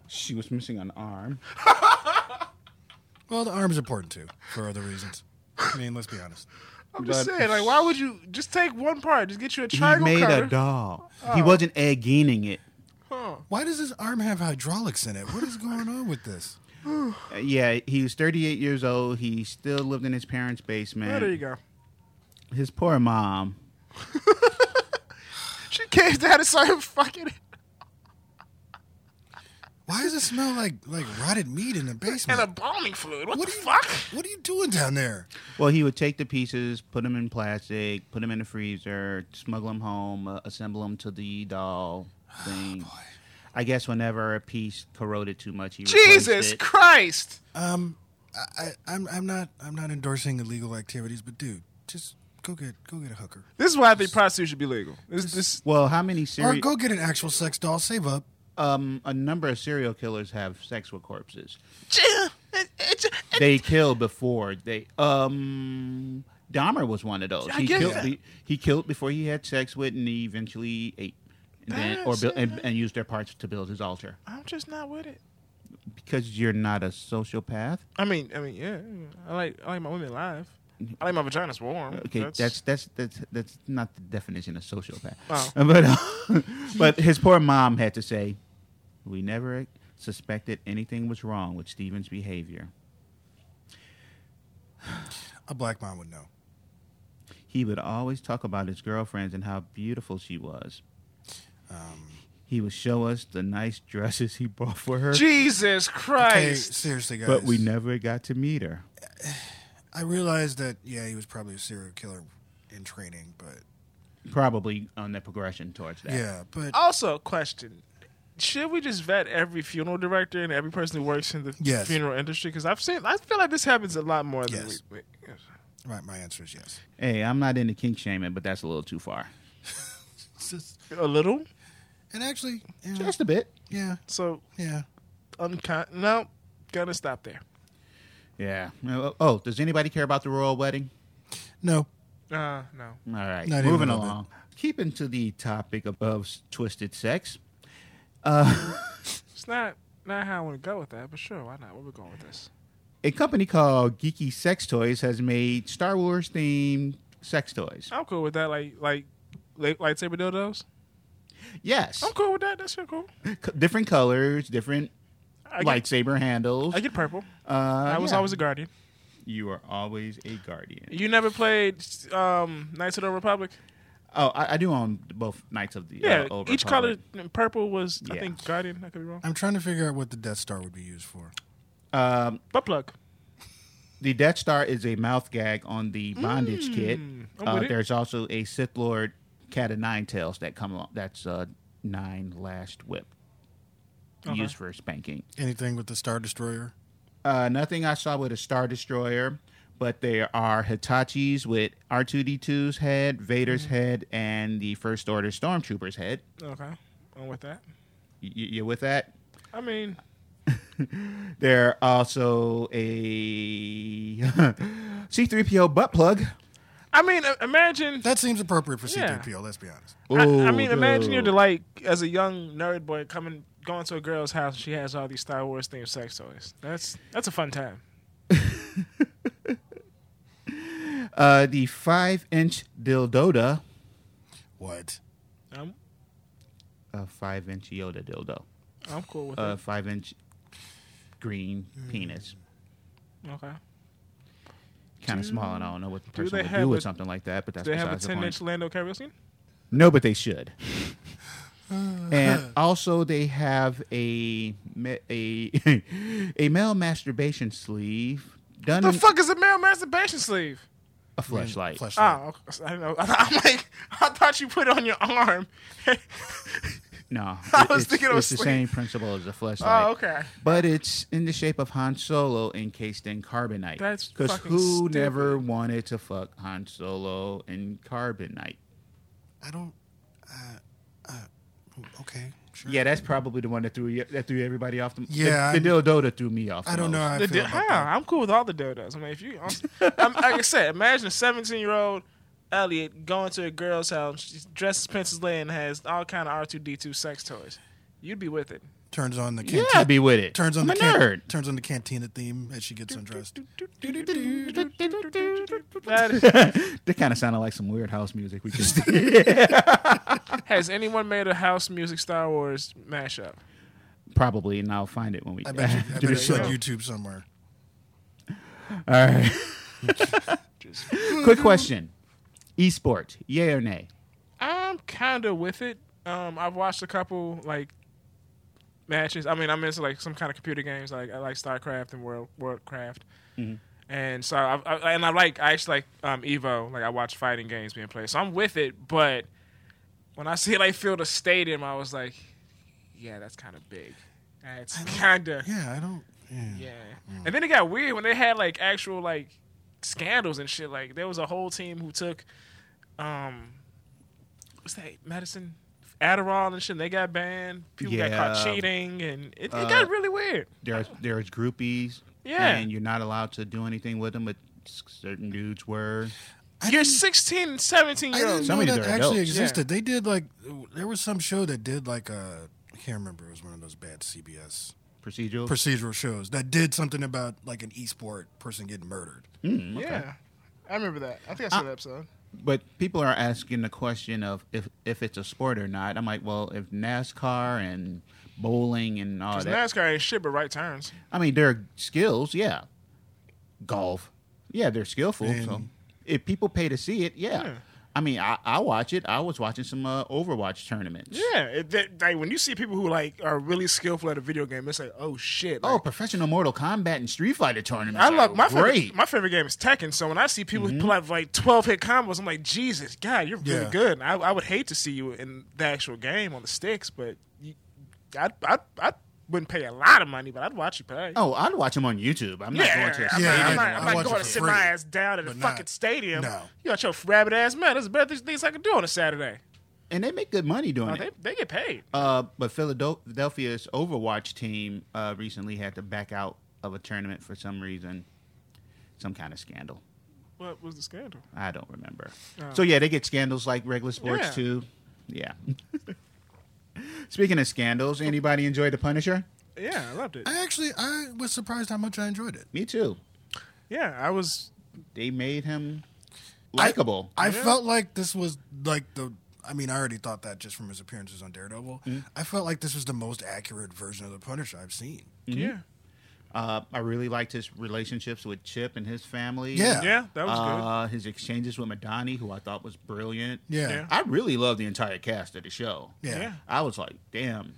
[SPEAKER 2] she was missing an arm.
[SPEAKER 3] Well, the arm's important too, for other reasons. I mean, let's be honest.
[SPEAKER 4] I'm just
[SPEAKER 2] But-
[SPEAKER 4] saying, like, why would you just take one part? Just get you a
[SPEAKER 2] He
[SPEAKER 4] triangle
[SPEAKER 2] made
[SPEAKER 4] cutter.
[SPEAKER 2] a doll.
[SPEAKER 4] Oh.
[SPEAKER 2] He wasn't egg-gaining it.
[SPEAKER 3] Why does this arm have hydraulics in it? What is going on with this?
[SPEAKER 2] Uh, Yeah, he was 38 years old. He still lived in his parents' basement.
[SPEAKER 4] Oh, there you go.
[SPEAKER 2] His poor mom.
[SPEAKER 4] She came down and saw him fucking.
[SPEAKER 3] Why does it smell like like rotted meat in the
[SPEAKER 4] and
[SPEAKER 3] basement?
[SPEAKER 4] embalming fluid. What,
[SPEAKER 3] what
[SPEAKER 4] the
[SPEAKER 3] are you,
[SPEAKER 4] fuck?
[SPEAKER 3] What are you doing down there?
[SPEAKER 2] Well, he would take the pieces, put them in plastic, put them in the freezer, smuggle them home, uh, assemble them to the doll
[SPEAKER 4] Oh,
[SPEAKER 2] thing. I guess whenever a piece corroded too much, he replaced
[SPEAKER 4] Jesus
[SPEAKER 2] it.
[SPEAKER 4] Christ!
[SPEAKER 3] Um, I, I I'm I'm not I'm not endorsing illegal activities, but dude, just go get go get a hooker
[SPEAKER 4] This is why I think prostitution should be legal. This, this,
[SPEAKER 2] Well, how many
[SPEAKER 3] or
[SPEAKER 2] serial
[SPEAKER 3] go get an actual sex doll. Save up.
[SPEAKER 2] um a number of serial killers have sex with corpses.
[SPEAKER 4] I
[SPEAKER 2] They kill before they um Dahmer was one of those.
[SPEAKER 4] I
[SPEAKER 2] He
[SPEAKER 4] get
[SPEAKER 2] killed
[SPEAKER 4] that.
[SPEAKER 2] he, he killed before he had sex with and he eventually ate and then, or built and, and used their parts to build his altar.
[SPEAKER 4] I'm just not with it.
[SPEAKER 2] Because you're not a sociopath.
[SPEAKER 4] I mean, I mean, yeah. I like, I like my women alive. I like my vaginas warm.
[SPEAKER 2] Okay, that's that's that's that's not the definition of sociopath.
[SPEAKER 4] Wow.
[SPEAKER 2] But uh, but his poor mom had to say, "We never suspected anything was wrong with Steven's behavior.
[SPEAKER 3] A black mom would know.
[SPEAKER 2] He would always talk about his girlfriends and how beautiful she was. he would show us the nice dresses he bought for her,
[SPEAKER 4] Jesus
[SPEAKER 3] Hey,
[SPEAKER 4] Christ.
[SPEAKER 3] seriously, guys.
[SPEAKER 2] but we never got to meet her.
[SPEAKER 3] I realized that yeah, he was probably a serial killer in training, but
[SPEAKER 2] Probably on the progression towards that.
[SPEAKER 3] yeah, but
[SPEAKER 4] Also, question. Should we just vet every funeral director and every person who works in the
[SPEAKER 3] Yes.
[SPEAKER 4] funeral industry? Because I've seen, I feel like this happens a lot more than
[SPEAKER 3] Yes.
[SPEAKER 4] we. we
[SPEAKER 3] my, my answer is yes.
[SPEAKER 2] Hey, I'm not into kink shaming, but that's a little too far.
[SPEAKER 3] It's just-
[SPEAKER 4] a little.
[SPEAKER 3] and actually, yeah,
[SPEAKER 2] Just a bit.
[SPEAKER 3] yeah,
[SPEAKER 4] So,
[SPEAKER 3] yeah.
[SPEAKER 4] uncon- no, gonna stop there.
[SPEAKER 2] Yeah. Oh, oh, does anybody care about the royal wedding?
[SPEAKER 3] No,
[SPEAKER 4] Uh, no.
[SPEAKER 2] All right,
[SPEAKER 3] Not even
[SPEAKER 2] moving
[SPEAKER 3] a little
[SPEAKER 2] along. Keeping to the topic of, of s- twisted sex,
[SPEAKER 4] It's not not how I want to go with that, but sure, why not? Where we going with this?
[SPEAKER 2] a company called Geeky Sex Toys has made Star Wars themed sex toys.
[SPEAKER 4] I'm cool with that. Like like light- lightsaber dildos.
[SPEAKER 2] Yes,
[SPEAKER 4] I'm cool with that. That's real cool.
[SPEAKER 2] C- different colors, different
[SPEAKER 4] I get,
[SPEAKER 2] lightsaber handles.
[SPEAKER 4] I get purple.
[SPEAKER 2] uh,
[SPEAKER 4] I was
[SPEAKER 2] yeah.
[SPEAKER 4] always a guardian.
[SPEAKER 2] You are always a guardian.
[SPEAKER 4] You never played um, Knights of the Republic?
[SPEAKER 2] Oh, I, I do own both Knights of the
[SPEAKER 4] Yeah.
[SPEAKER 2] uh, Old
[SPEAKER 4] each color
[SPEAKER 2] Republic.
[SPEAKER 4] purple was I
[SPEAKER 2] Yeah.
[SPEAKER 4] think guardian. I could be wrong.
[SPEAKER 3] I'm trying to figure out what the Death Star would be used for.
[SPEAKER 2] Um,
[SPEAKER 4] Butt plug.
[SPEAKER 2] the Death Star is a mouth gag on the bondage kit.
[SPEAKER 4] Mm. I'm
[SPEAKER 2] Uh,
[SPEAKER 4] with it.
[SPEAKER 2] there's also a Sith Lord cat of nine tails that come along. That's uh, nine lashed whip.
[SPEAKER 4] Okay.
[SPEAKER 2] Used for spanking.
[SPEAKER 3] Anything with the Star Destroyer?
[SPEAKER 2] Uh, nothing I saw with a Star Destroyer, But there are Hitachis with R2D2's head,
[SPEAKER 4] Mm.
[SPEAKER 2] Vader's head, and the First Order Stormtrooper's head.
[SPEAKER 4] Okay. On with that.
[SPEAKER 2] Y- y- you with that?
[SPEAKER 4] I mean,
[SPEAKER 2] There are also a C3PO butt plug.
[SPEAKER 4] I mean, uh, imagine.
[SPEAKER 3] That seems appropriate for
[SPEAKER 4] Yeah.
[SPEAKER 3] C3PO, let's be honest.
[SPEAKER 4] I, I mean,
[SPEAKER 2] Ooh,
[SPEAKER 4] imagine you're
[SPEAKER 2] ooh.
[SPEAKER 4] the, like as a young nerd boy coming, going to a girl's house. and She has all these Star Wars themed sex toys. That's that's a fun time.
[SPEAKER 2] Uh, the five inch dildoda,
[SPEAKER 3] What?
[SPEAKER 4] I'm
[SPEAKER 2] a five inch Yoda dildo,
[SPEAKER 4] I'm cool with
[SPEAKER 2] a five inch green
[SPEAKER 4] Mm.
[SPEAKER 2] penis.
[SPEAKER 4] it. Okay.
[SPEAKER 2] Kind of small, and I don't know what the person
[SPEAKER 4] they
[SPEAKER 2] would
[SPEAKER 4] have
[SPEAKER 2] do with
[SPEAKER 4] a-
[SPEAKER 2] something like that, but that's
[SPEAKER 4] Do they have a
[SPEAKER 2] besides the
[SPEAKER 4] ten
[SPEAKER 2] point.
[SPEAKER 4] inch Lando Calrissian?
[SPEAKER 2] No, but they should. and also, they have a ma- a a male masturbation sleeve done
[SPEAKER 4] The
[SPEAKER 2] in
[SPEAKER 4] fuck is a male masturbation sleeve?
[SPEAKER 2] a flashlight.
[SPEAKER 3] Fleshlight.
[SPEAKER 4] Oh, okay. I know. I'm like, I thought you put it on your arm.
[SPEAKER 2] No,
[SPEAKER 4] I
[SPEAKER 2] it-
[SPEAKER 4] was
[SPEAKER 2] it's,
[SPEAKER 4] thinking it was
[SPEAKER 2] it's the
[SPEAKER 4] sleeve.
[SPEAKER 2] same principle as a flashlight.
[SPEAKER 4] oh, okay.
[SPEAKER 2] But it's in the shape of Han Solo encased in carbonite.
[SPEAKER 4] That's
[SPEAKER 2] because
[SPEAKER 4] fucking
[SPEAKER 2] who
[SPEAKER 4] stupid.
[SPEAKER 2] never wanted to fuck Han Solo in carbonite?
[SPEAKER 4] Oh.
[SPEAKER 3] I don't. Uh, uh, okay, sure.
[SPEAKER 2] Yeah, that's probably the one that threw you, that threw everybody off. The,
[SPEAKER 3] Yeah,
[SPEAKER 2] the, the dildo that threw me off. the
[SPEAKER 3] I don't know
[SPEAKER 2] most.
[SPEAKER 3] how I
[SPEAKER 4] The
[SPEAKER 3] feel
[SPEAKER 4] di-
[SPEAKER 3] about
[SPEAKER 4] how?
[SPEAKER 3] that.
[SPEAKER 4] I'm cool with all the dildos. I mean, if you, I'm, I'm, like I said, imagine a 17 year old Elliot going to a girl's house. She's dressed as Princess Leia and has all kind of R2D2 sex toys. You'd be with it.
[SPEAKER 3] Turns on the
[SPEAKER 2] Yeah,
[SPEAKER 3] cantina.
[SPEAKER 2] I'd be with it.
[SPEAKER 3] turns on
[SPEAKER 2] I'm
[SPEAKER 3] the
[SPEAKER 2] a
[SPEAKER 3] can-
[SPEAKER 2] nerd.
[SPEAKER 3] turns on the cantina theme as she gets undressed.
[SPEAKER 4] That is-
[SPEAKER 2] that kind of sounded like some weird house music we just did.
[SPEAKER 4] has anyone made a house music Star Wars mashup?
[SPEAKER 2] probably, and I'll find it when we
[SPEAKER 3] I bet, you, I
[SPEAKER 2] do
[SPEAKER 3] bet
[SPEAKER 2] the
[SPEAKER 3] it's on
[SPEAKER 2] show.
[SPEAKER 3] YouTube somewhere.
[SPEAKER 2] All right.
[SPEAKER 4] Just,
[SPEAKER 2] Quick question: Esports, yay or nay?
[SPEAKER 4] I'm kind of with it. Um, I've watched a couple like matches. I mean, I'm into like some kind of computer games. Like I like StarCraft and World Worldcraft. And so I, I and I like I actually like um, Evo. Like I watch fighting games being played. So I'm with it. But when I see like Field of Stadium, I was like, yeah, that's kind of big. That's kind of
[SPEAKER 3] Yeah, I don't. Yeah.
[SPEAKER 4] yeah. And then it got weird when they had like actual like scandals and shit. Like there was a whole team who took um what's that medicine Adderall and shit. And they got banned. People got caught
[SPEAKER 2] Yeah.
[SPEAKER 4] cheating, and it, it
[SPEAKER 2] Uh,
[SPEAKER 4] got really weird.
[SPEAKER 2] There's there's groupies,
[SPEAKER 4] Yeah.
[SPEAKER 2] and you're not allowed to do anything with them. But s- certain dudes were.
[SPEAKER 4] You're 16 and 17
[SPEAKER 3] I
[SPEAKER 4] year
[SPEAKER 3] didn't
[SPEAKER 4] olds.
[SPEAKER 2] Some
[SPEAKER 3] know
[SPEAKER 2] of these
[SPEAKER 3] that
[SPEAKER 2] are
[SPEAKER 3] actually
[SPEAKER 2] adults.
[SPEAKER 3] existed. They did like there was some show that did like a I can't remember. It was one of those bad CBS
[SPEAKER 2] procedural.
[SPEAKER 3] procedural shows that did something about like an esport person getting murdered.
[SPEAKER 4] Yeah, Uh, I remember that. I think I saw that episode.
[SPEAKER 2] but people are asking the question of if if it's a sport or not. I'm like, well, if NASCAR and bowling and all
[SPEAKER 4] Cause
[SPEAKER 2] Oh, that.
[SPEAKER 4] NASCAR ain't shit but right turns.
[SPEAKER 2] I mean, their skills, yeah. Golf, yeah, they're skillful. so
[SPEAKER 3] And-
[SPEAKER 2] if people pay to see it, yeah.
[SPEAKER 4] Yeah.
[SPEAKER 2] I mean, I, I watch it. I was watching some uh, Overwatch tournaments.
[SPEAKER 4] Yeah, it, that, like when you see people who like are really skillful at a video game, it's like, oh shit.
[SPEAKER 2] Oh,
[SPEAKER 4] like,
[SPEAKER 2] professional Mortal Kombat and Street Fighter tournaments.
[SPEAKER 4] I love my
[SPEAKER 2] great.
[SPEAKER 4] favorite, my favorite game is Tekken. So when I see people pull out like twelve hit combos, I'm like, Jesus, God, you're really
[SPEAKER 3] Mm-hmm. Yeah.
[SPEAKER 4] good. And I, I would hate to see you in the actual game on the sticks, but you, I, I I wouldn't pay a lot of money, but I'd watch you play.
[SPEAKER 2] Oh, I'd watch them on YouTube. I'm
[SPEAKER 4] yeah,
[SPEAKER 2] not going to.
[SPEAKER 4] I'm,
[SPEAKER 2] a
[SPEAKER 3] Yeah,
[SPEAKER 4] not,
[SPEAKER 2] stadium
[SPEAKER 4] I'm not,
[SPEAKER 2] and
[SPEAKER 4] I'm
[SPEAKER 3] I'd
[SPEAKER 4] not
[SPEAKER 2] watch
[SPEAKER 3] watch it
[SPEAKER 4] going to
[SPEAKER 3] for
[SPEAKER 4] sit
[SPEAKER 3] free,
[SPEAKER 4] my ass down at a
[SPEAKER 3] but
[SPEAKER 4] fucking
[SPEAKER 3] not-
[SPEAKER 4] stadium.
[SPEAKER 3] no.
[SPEAKER 4] You got your rabbit ass man. That's the best things I can do on a Saturday.
[SPEAKER 2] and they make good money doing
[SPEAKER 4] Oh,
[SPEAKER 2] it.
[SPEAKER 4] they they get paid.
[SPEAKER 2] Uh, but Philadelphia's Overwatch team uh, recently had to back out of a tournament for some reason, some kind of scandal.
[SPEAKER 4] What was the scandal?
[SPEAKER 2] I don't remember.
[SPEAKER 4] Oh.
[SPEAKER 2] So yeah, they get scandals like regular sports
[SPEAKER 4] Yeah.
[SPEAKER 2] too. Yeah. Speaking of scandals, anybody enjoy The Punisher?
[SPEAKER 4] Yeah, I loved it.
[SPEAKER 3] I actually I was surprised how much I enjoyed it.
[SPEAKER 2] Me too.
[SPEAKER 4] Yeah, I was.
[SPEAKER 2] They made him likable.
[SPEAKER 3] I
[SPEAKER 4] Yeah.
[SPEAKER 3] felt like this was like the. I mean, I already thought that just from his appearances on Daredevil. I felt like this was the most accurate version of the Punisher I've seen.
[SPEAKER 4] Yeah,
[SPEAKER 2] Uh, I really liked his relationships with Chip and his family.
[SPEAKER 3] Yeah.
[SPEAKER 4] yeah, that was good.
[SPEAKER 2] uh, his exchanges with Madani, who I thought was brilliant.
[SPEAKER 3] Yeah.
[SPEAKER 4] Yeah.
[SPEAKER 2] I really love the entire cast of the show.
[SPEAKER 3] Yeah.
[SPEAKER 4] Yeah.
[SPEAKER 2] I was like, damn,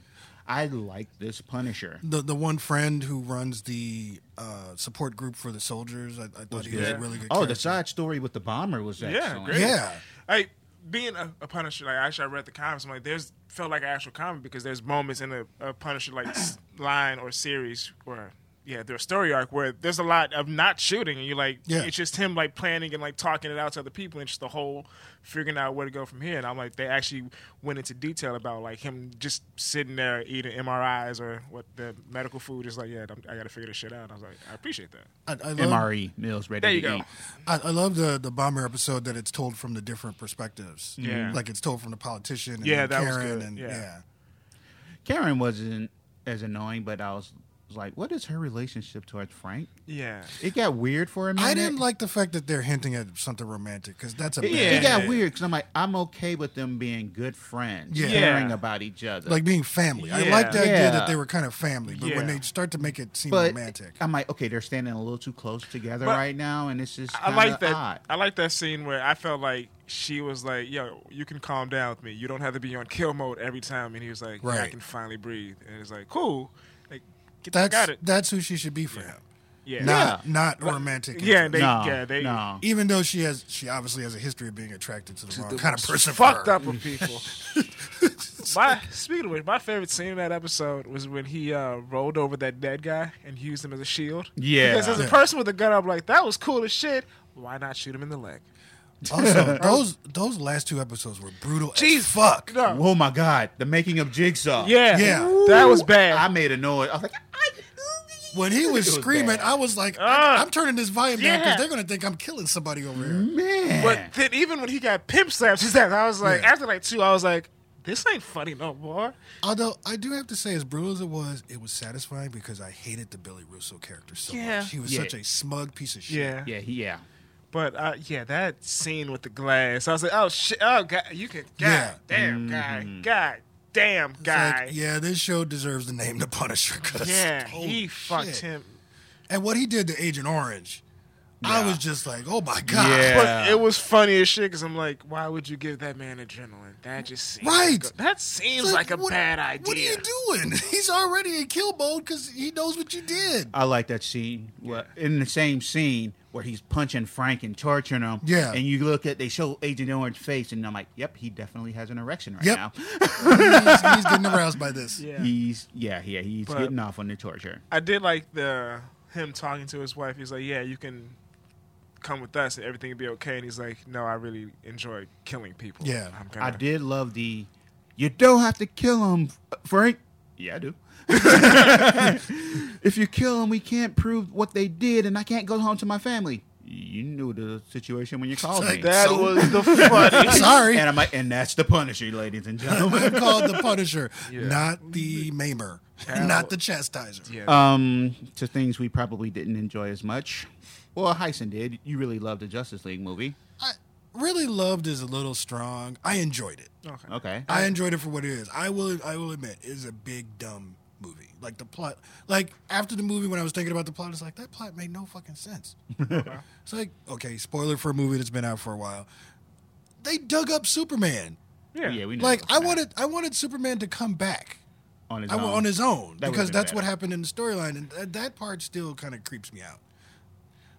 [SPEAKER 2] I like this Punisher.
[SPEAKER 3] The the one friend who runs the uh, support group for the soldiers, I, I thought he was a
[SPEAKER 4] good.
[SPEAKER 3] really good.
[SPEAKER 2] Oh, the
[SPEAKER 3] character.
[SPEAKER 2] side story with the bomber was excellent.
[SPEAKER 4] great.
[SPEAKER 3] Yeah.
[SPEAKER 4] Like being a, a Punisher, like actually I read the comics. I'm like, there's felt like an actual comic because there's moments in a, a Punisher like s- line or series or yeah, their story arc where there's a lot of not shooting, and you're like,
[SPEAKER 3] Yeah.
[SPEAKER 4] it's just him like planning and like talking it out to other people, and just the whole figuring out where to go from here. And I'm like, they actually went into detail about like him just sitting there eating MRIs or what the medical food is like. Yeah, I'm- I got to figure this shit out. I was like, I appreciate that.
[SPEAKER 3] I, I love,
[SPEAKER 2] MRE meals E, ready
[SPEAKER 4] There you
[SPEAKER 2] to
[SPEAKER 4] go.
[SPEAKER 2] eat.
[SPEAKER 3] I, I love the the bomber episode that it's told from the different perspectives.
[SPEAKER 4] Yeah.
[SPEAKER 3] like it's told from the politician. And
[SPEAKER 4] Yeah,
[SPEAKER 3] then
[SPEAKER 4] that was
[SPEAKER 3] Karen
[SPEAKER 4] good.
[SPEAKER 3] And,
[SPEAKER 4] Yeah.
[SPEAKER 2] Karen wasn't as annoying, but I was, was like, what is her relationship towards Frank?
[SPEAKER 4] Yeah,
[SPEAKER 2] It got weird for a minute.
[SPEAKER 3] I didn't like the fact that they're hinting at something romantic because that's a
[SPEAKER 2] It,
[SPEAKER 3] bad
[SPEAKER 2] it got
[SPEAKER 3] idea.
[SPEAKER 2] weird because I'm like, I'm okay with them being good friends,
[SPEAKER 3] Yeah.
[SPEAKER 2] caring
[SPEAKER 4] Yeah.
[SPEAKER 2] about each other.
[SPEAKER 3] Like being family. I
[SPEAKER 4] Yeah.
[SPEAKER 3] like the idea
[SPEAKER 2] Yeah.
[SPEAKER 3] that they were kind of family, but when
[SPEAKER 4] Yeah.
[SPEAKER 3] they start to make it seem
[SPEAKER 2] but
[SPEAKER 3] romantic,
[SPEAKER 2] I'm like, okay, they're standing a little too close together
[SPEAKER 4] But
[SPEAKER 2] right now, and it's just
[SPEAKER 4] I like
[SPEAKER 2] kinda
[SPEAKER 4] that.
[SPEAKER 2] Odd.
[SPEAKER 4] I like that scene where I felt like she was like, "Yo, you can calm down with me. You don't have to be on kill mode every time." And he was like, yeah, "I
[SPEAKER 3] Right.
[SPEAKER 4] can finally breathe." And it's like, "Cool, like get
[SPEAKER 3] that's
[SPEAKER 4] got it."
[SPEAKER 3] that's who she should be for him.
[SPEAKER 4] Yeah,
[SPEAKER 3] Not not romantic.
[SPEAKER 4] yeah,
[SPEAKER 3] interest.
[SPEAKER 4] they,
[SPEAKER 2] no,
[SPEAKER 4] yeah, they
[SPEAKER 2] no.
[SPEAKER 3] even though she has she obviously has a history of being attracted to the wrong kind of person. for
[SPEAKER 4] fucked
[SPEAKER 3] her.
[SPEAKER 4] up with people. my speaking of which, my favorite scene in that episode was when he uh, rolled over that dead guy and used him as a shield.
[SPEAKER 2] Yeah.
[SPEAKER 4] because as a
[SPEAKER 3] Yeah.
[SPEAKER 4] person with a gun, I'm like, "That was cool as shit." Why not shoot him in the leg?
[SPEAKER 3] Also, those those last two episodes were brutal.
[SPEAKER 4] Jeez.
[SPEAKER 3] as fuck.
[SPEAKER 4] No.
[SPEAKER 2] Oh my god, the making of Jigsaw.
[SPEAKER 4] Yeah,
[SPEAKER 3] Yeah.
[SPEAKER 4] that was bad.
[SPEAKER 2] I made a noise. I was like, I,
[SPEAKER 3] When he was,
[SPEAKER 2] It was
[SPEAKER 3] screaming,
[SPEAKER 2] bad.
[SPEAKER 3] I was like,
[SPEAKER 4] Ah.
[SPEAKER 3] I, am turning this volume down
[SPEAKER 4] Yeah. Mm-hmm.
[SPEAKER 3] because they're gonna think I'm killing somebody over here.
[SPEAKER 2] man,
[SPEAKER 4] But then even when he got pimp slapped his ass, I was like,
[SPEAKER 3] Eh. Yeah.
[SPEAKER 4] after like two, I was like, this ain't funny no more.
[SPEAKER 3] Although I do have to say, as brutal as it was, it was satisfying because I hated the Billy Russo character so
[SPEAKER 4] Yeah.
[SPEAKER 3] much. He was
[SPEAKER 2] Yeah.
[SPEAKER 3] such a smug piece of shit.
[SPEAKER 4] Yeah.
[SPEAKER 2] yeah, he- yeah.
[SPEAKER 4] But uh, yeah, that scene with the glass, I was like, oh shit, oh god, you can, god
[SPEAKER 3] Yeah. Mm-hmm.
[SPEAKER 4] damn guy, god damn
[SPEAKER 3] It's like,
[SPEAKER 4] guy.
[SPEAKER 3] yeah, this show deserves the name The Punisher. 'cause-
[SPEAKER 4] yeah,
[SPEAKER 3] holy
[SPEAKER 4] he fucked
[SPEAKER 3] shit.
[SPEAKER 4] him.
[SPEAKER 3] And what he did to Agent Orange, I
[SPEAKER 2] Yeah.
[SPEAKER 3] was just like, oh my god.
[SPEAKER 2] Yeah.
[SPEAKER 4] But it was funny as shit because I'm like, why would you give that man adrenaline? That just seems
[SPEAKER 3] Right.
[SPEAKER 4] Like a, that seems like, a
[SPEAKER 3] what-
[SPEAKER 4] bad idea.
[SPEAKER 3] What are you doing? He's already in kill mode because he knows what you did.
[SPEAKER 2] I like that scene. Well, in the same scene where he's punching Frank and torturing him.
[SPEAKER 3] Yeah.
[SPEAKER 2] and you look at they show Agent Orange's face, and I'm like, yep, he definitely has an erection right
[SPEAKER 3] Yep.
[SPEAKER 2] now.
[SPEAKER 3] he's, he's getting aroused by this.
[SPEAKER 4] Yeah.
[SPEAKER 2] He's yeah, yeah, he's
[SPEAKER 4] But-
[SPEAKER 2] getting off on the torture.
[SPEAKER 4] I did like the him talking to his wife. He's like, "Yeah, you can come with us and everything will be okay." And he's like, "No, I really enjoy killing people."
[SPEAKER 3] Yeah.
[SPEAKER 4] I'm
[SPEAKER 2] I
[SPEAKER 4] gonna,
[SPEAKER 2] did love the. You don't have to kill him, Frank. Yeah, I do. if you kill him, we can't prove what they did, and I can't go home to my family. You knew the situation when you called me.
[SPEAKER 3] Like
[SPEAKER 4] That
[SPEAKER 3] So-
[SPEAKER 4] was the funniest.
[SPEAKER 3] Sorry.
[SPEAKER 2] And I'm like, and that's the Punisher, ladies and
[SPEAKER 3] I'm
[SPEAKER 2] gentlemen.
[SPEAKER 3] called the Punisher, not the Maimer, not the Chastiser.
[SPEAKER 4] yeah.
[SPEAKER 2] um, to things we probably didn't enjoy as much. Well, Heisen did. You really loved the Justice League movie.
[SPEAKER 3] I really loved is a little strong. I enjoyed it.
[SPEAKER 4] okay.
[SPEAKER 2] Okay.
[SPEAKER 3] I enjoyed it for what it is. I will. I will admit, it is a big dumb movie. Like the plot. Like after the movie, when I was thinking about the plot, it's like that plot made no fucking sense. it's like okay, spoiler for a movie that's been out for a while. They dug up Superman.
[SPEAKER 4] Yeah.
[SPEAKER 2] we know
[SPEAKER 3] Like
[SPEAKER 2] that.
[SPEAKER 3] I wanted. I wanted Superman to come back.
[SPEAKER 2] on his
[SPEAKER 3] I,
[SPEAKER 2] own.
[SPEAKER 3] on his own
[SPEAKER 2] That would've
[SPEAKER 3] because
[SPEAKER 2] been
[SPEAKER 3] that's
[SPEAKER 2] better.
[SPEAKER 3] what happened in the storyline, and th- that part still kind of creeps me out.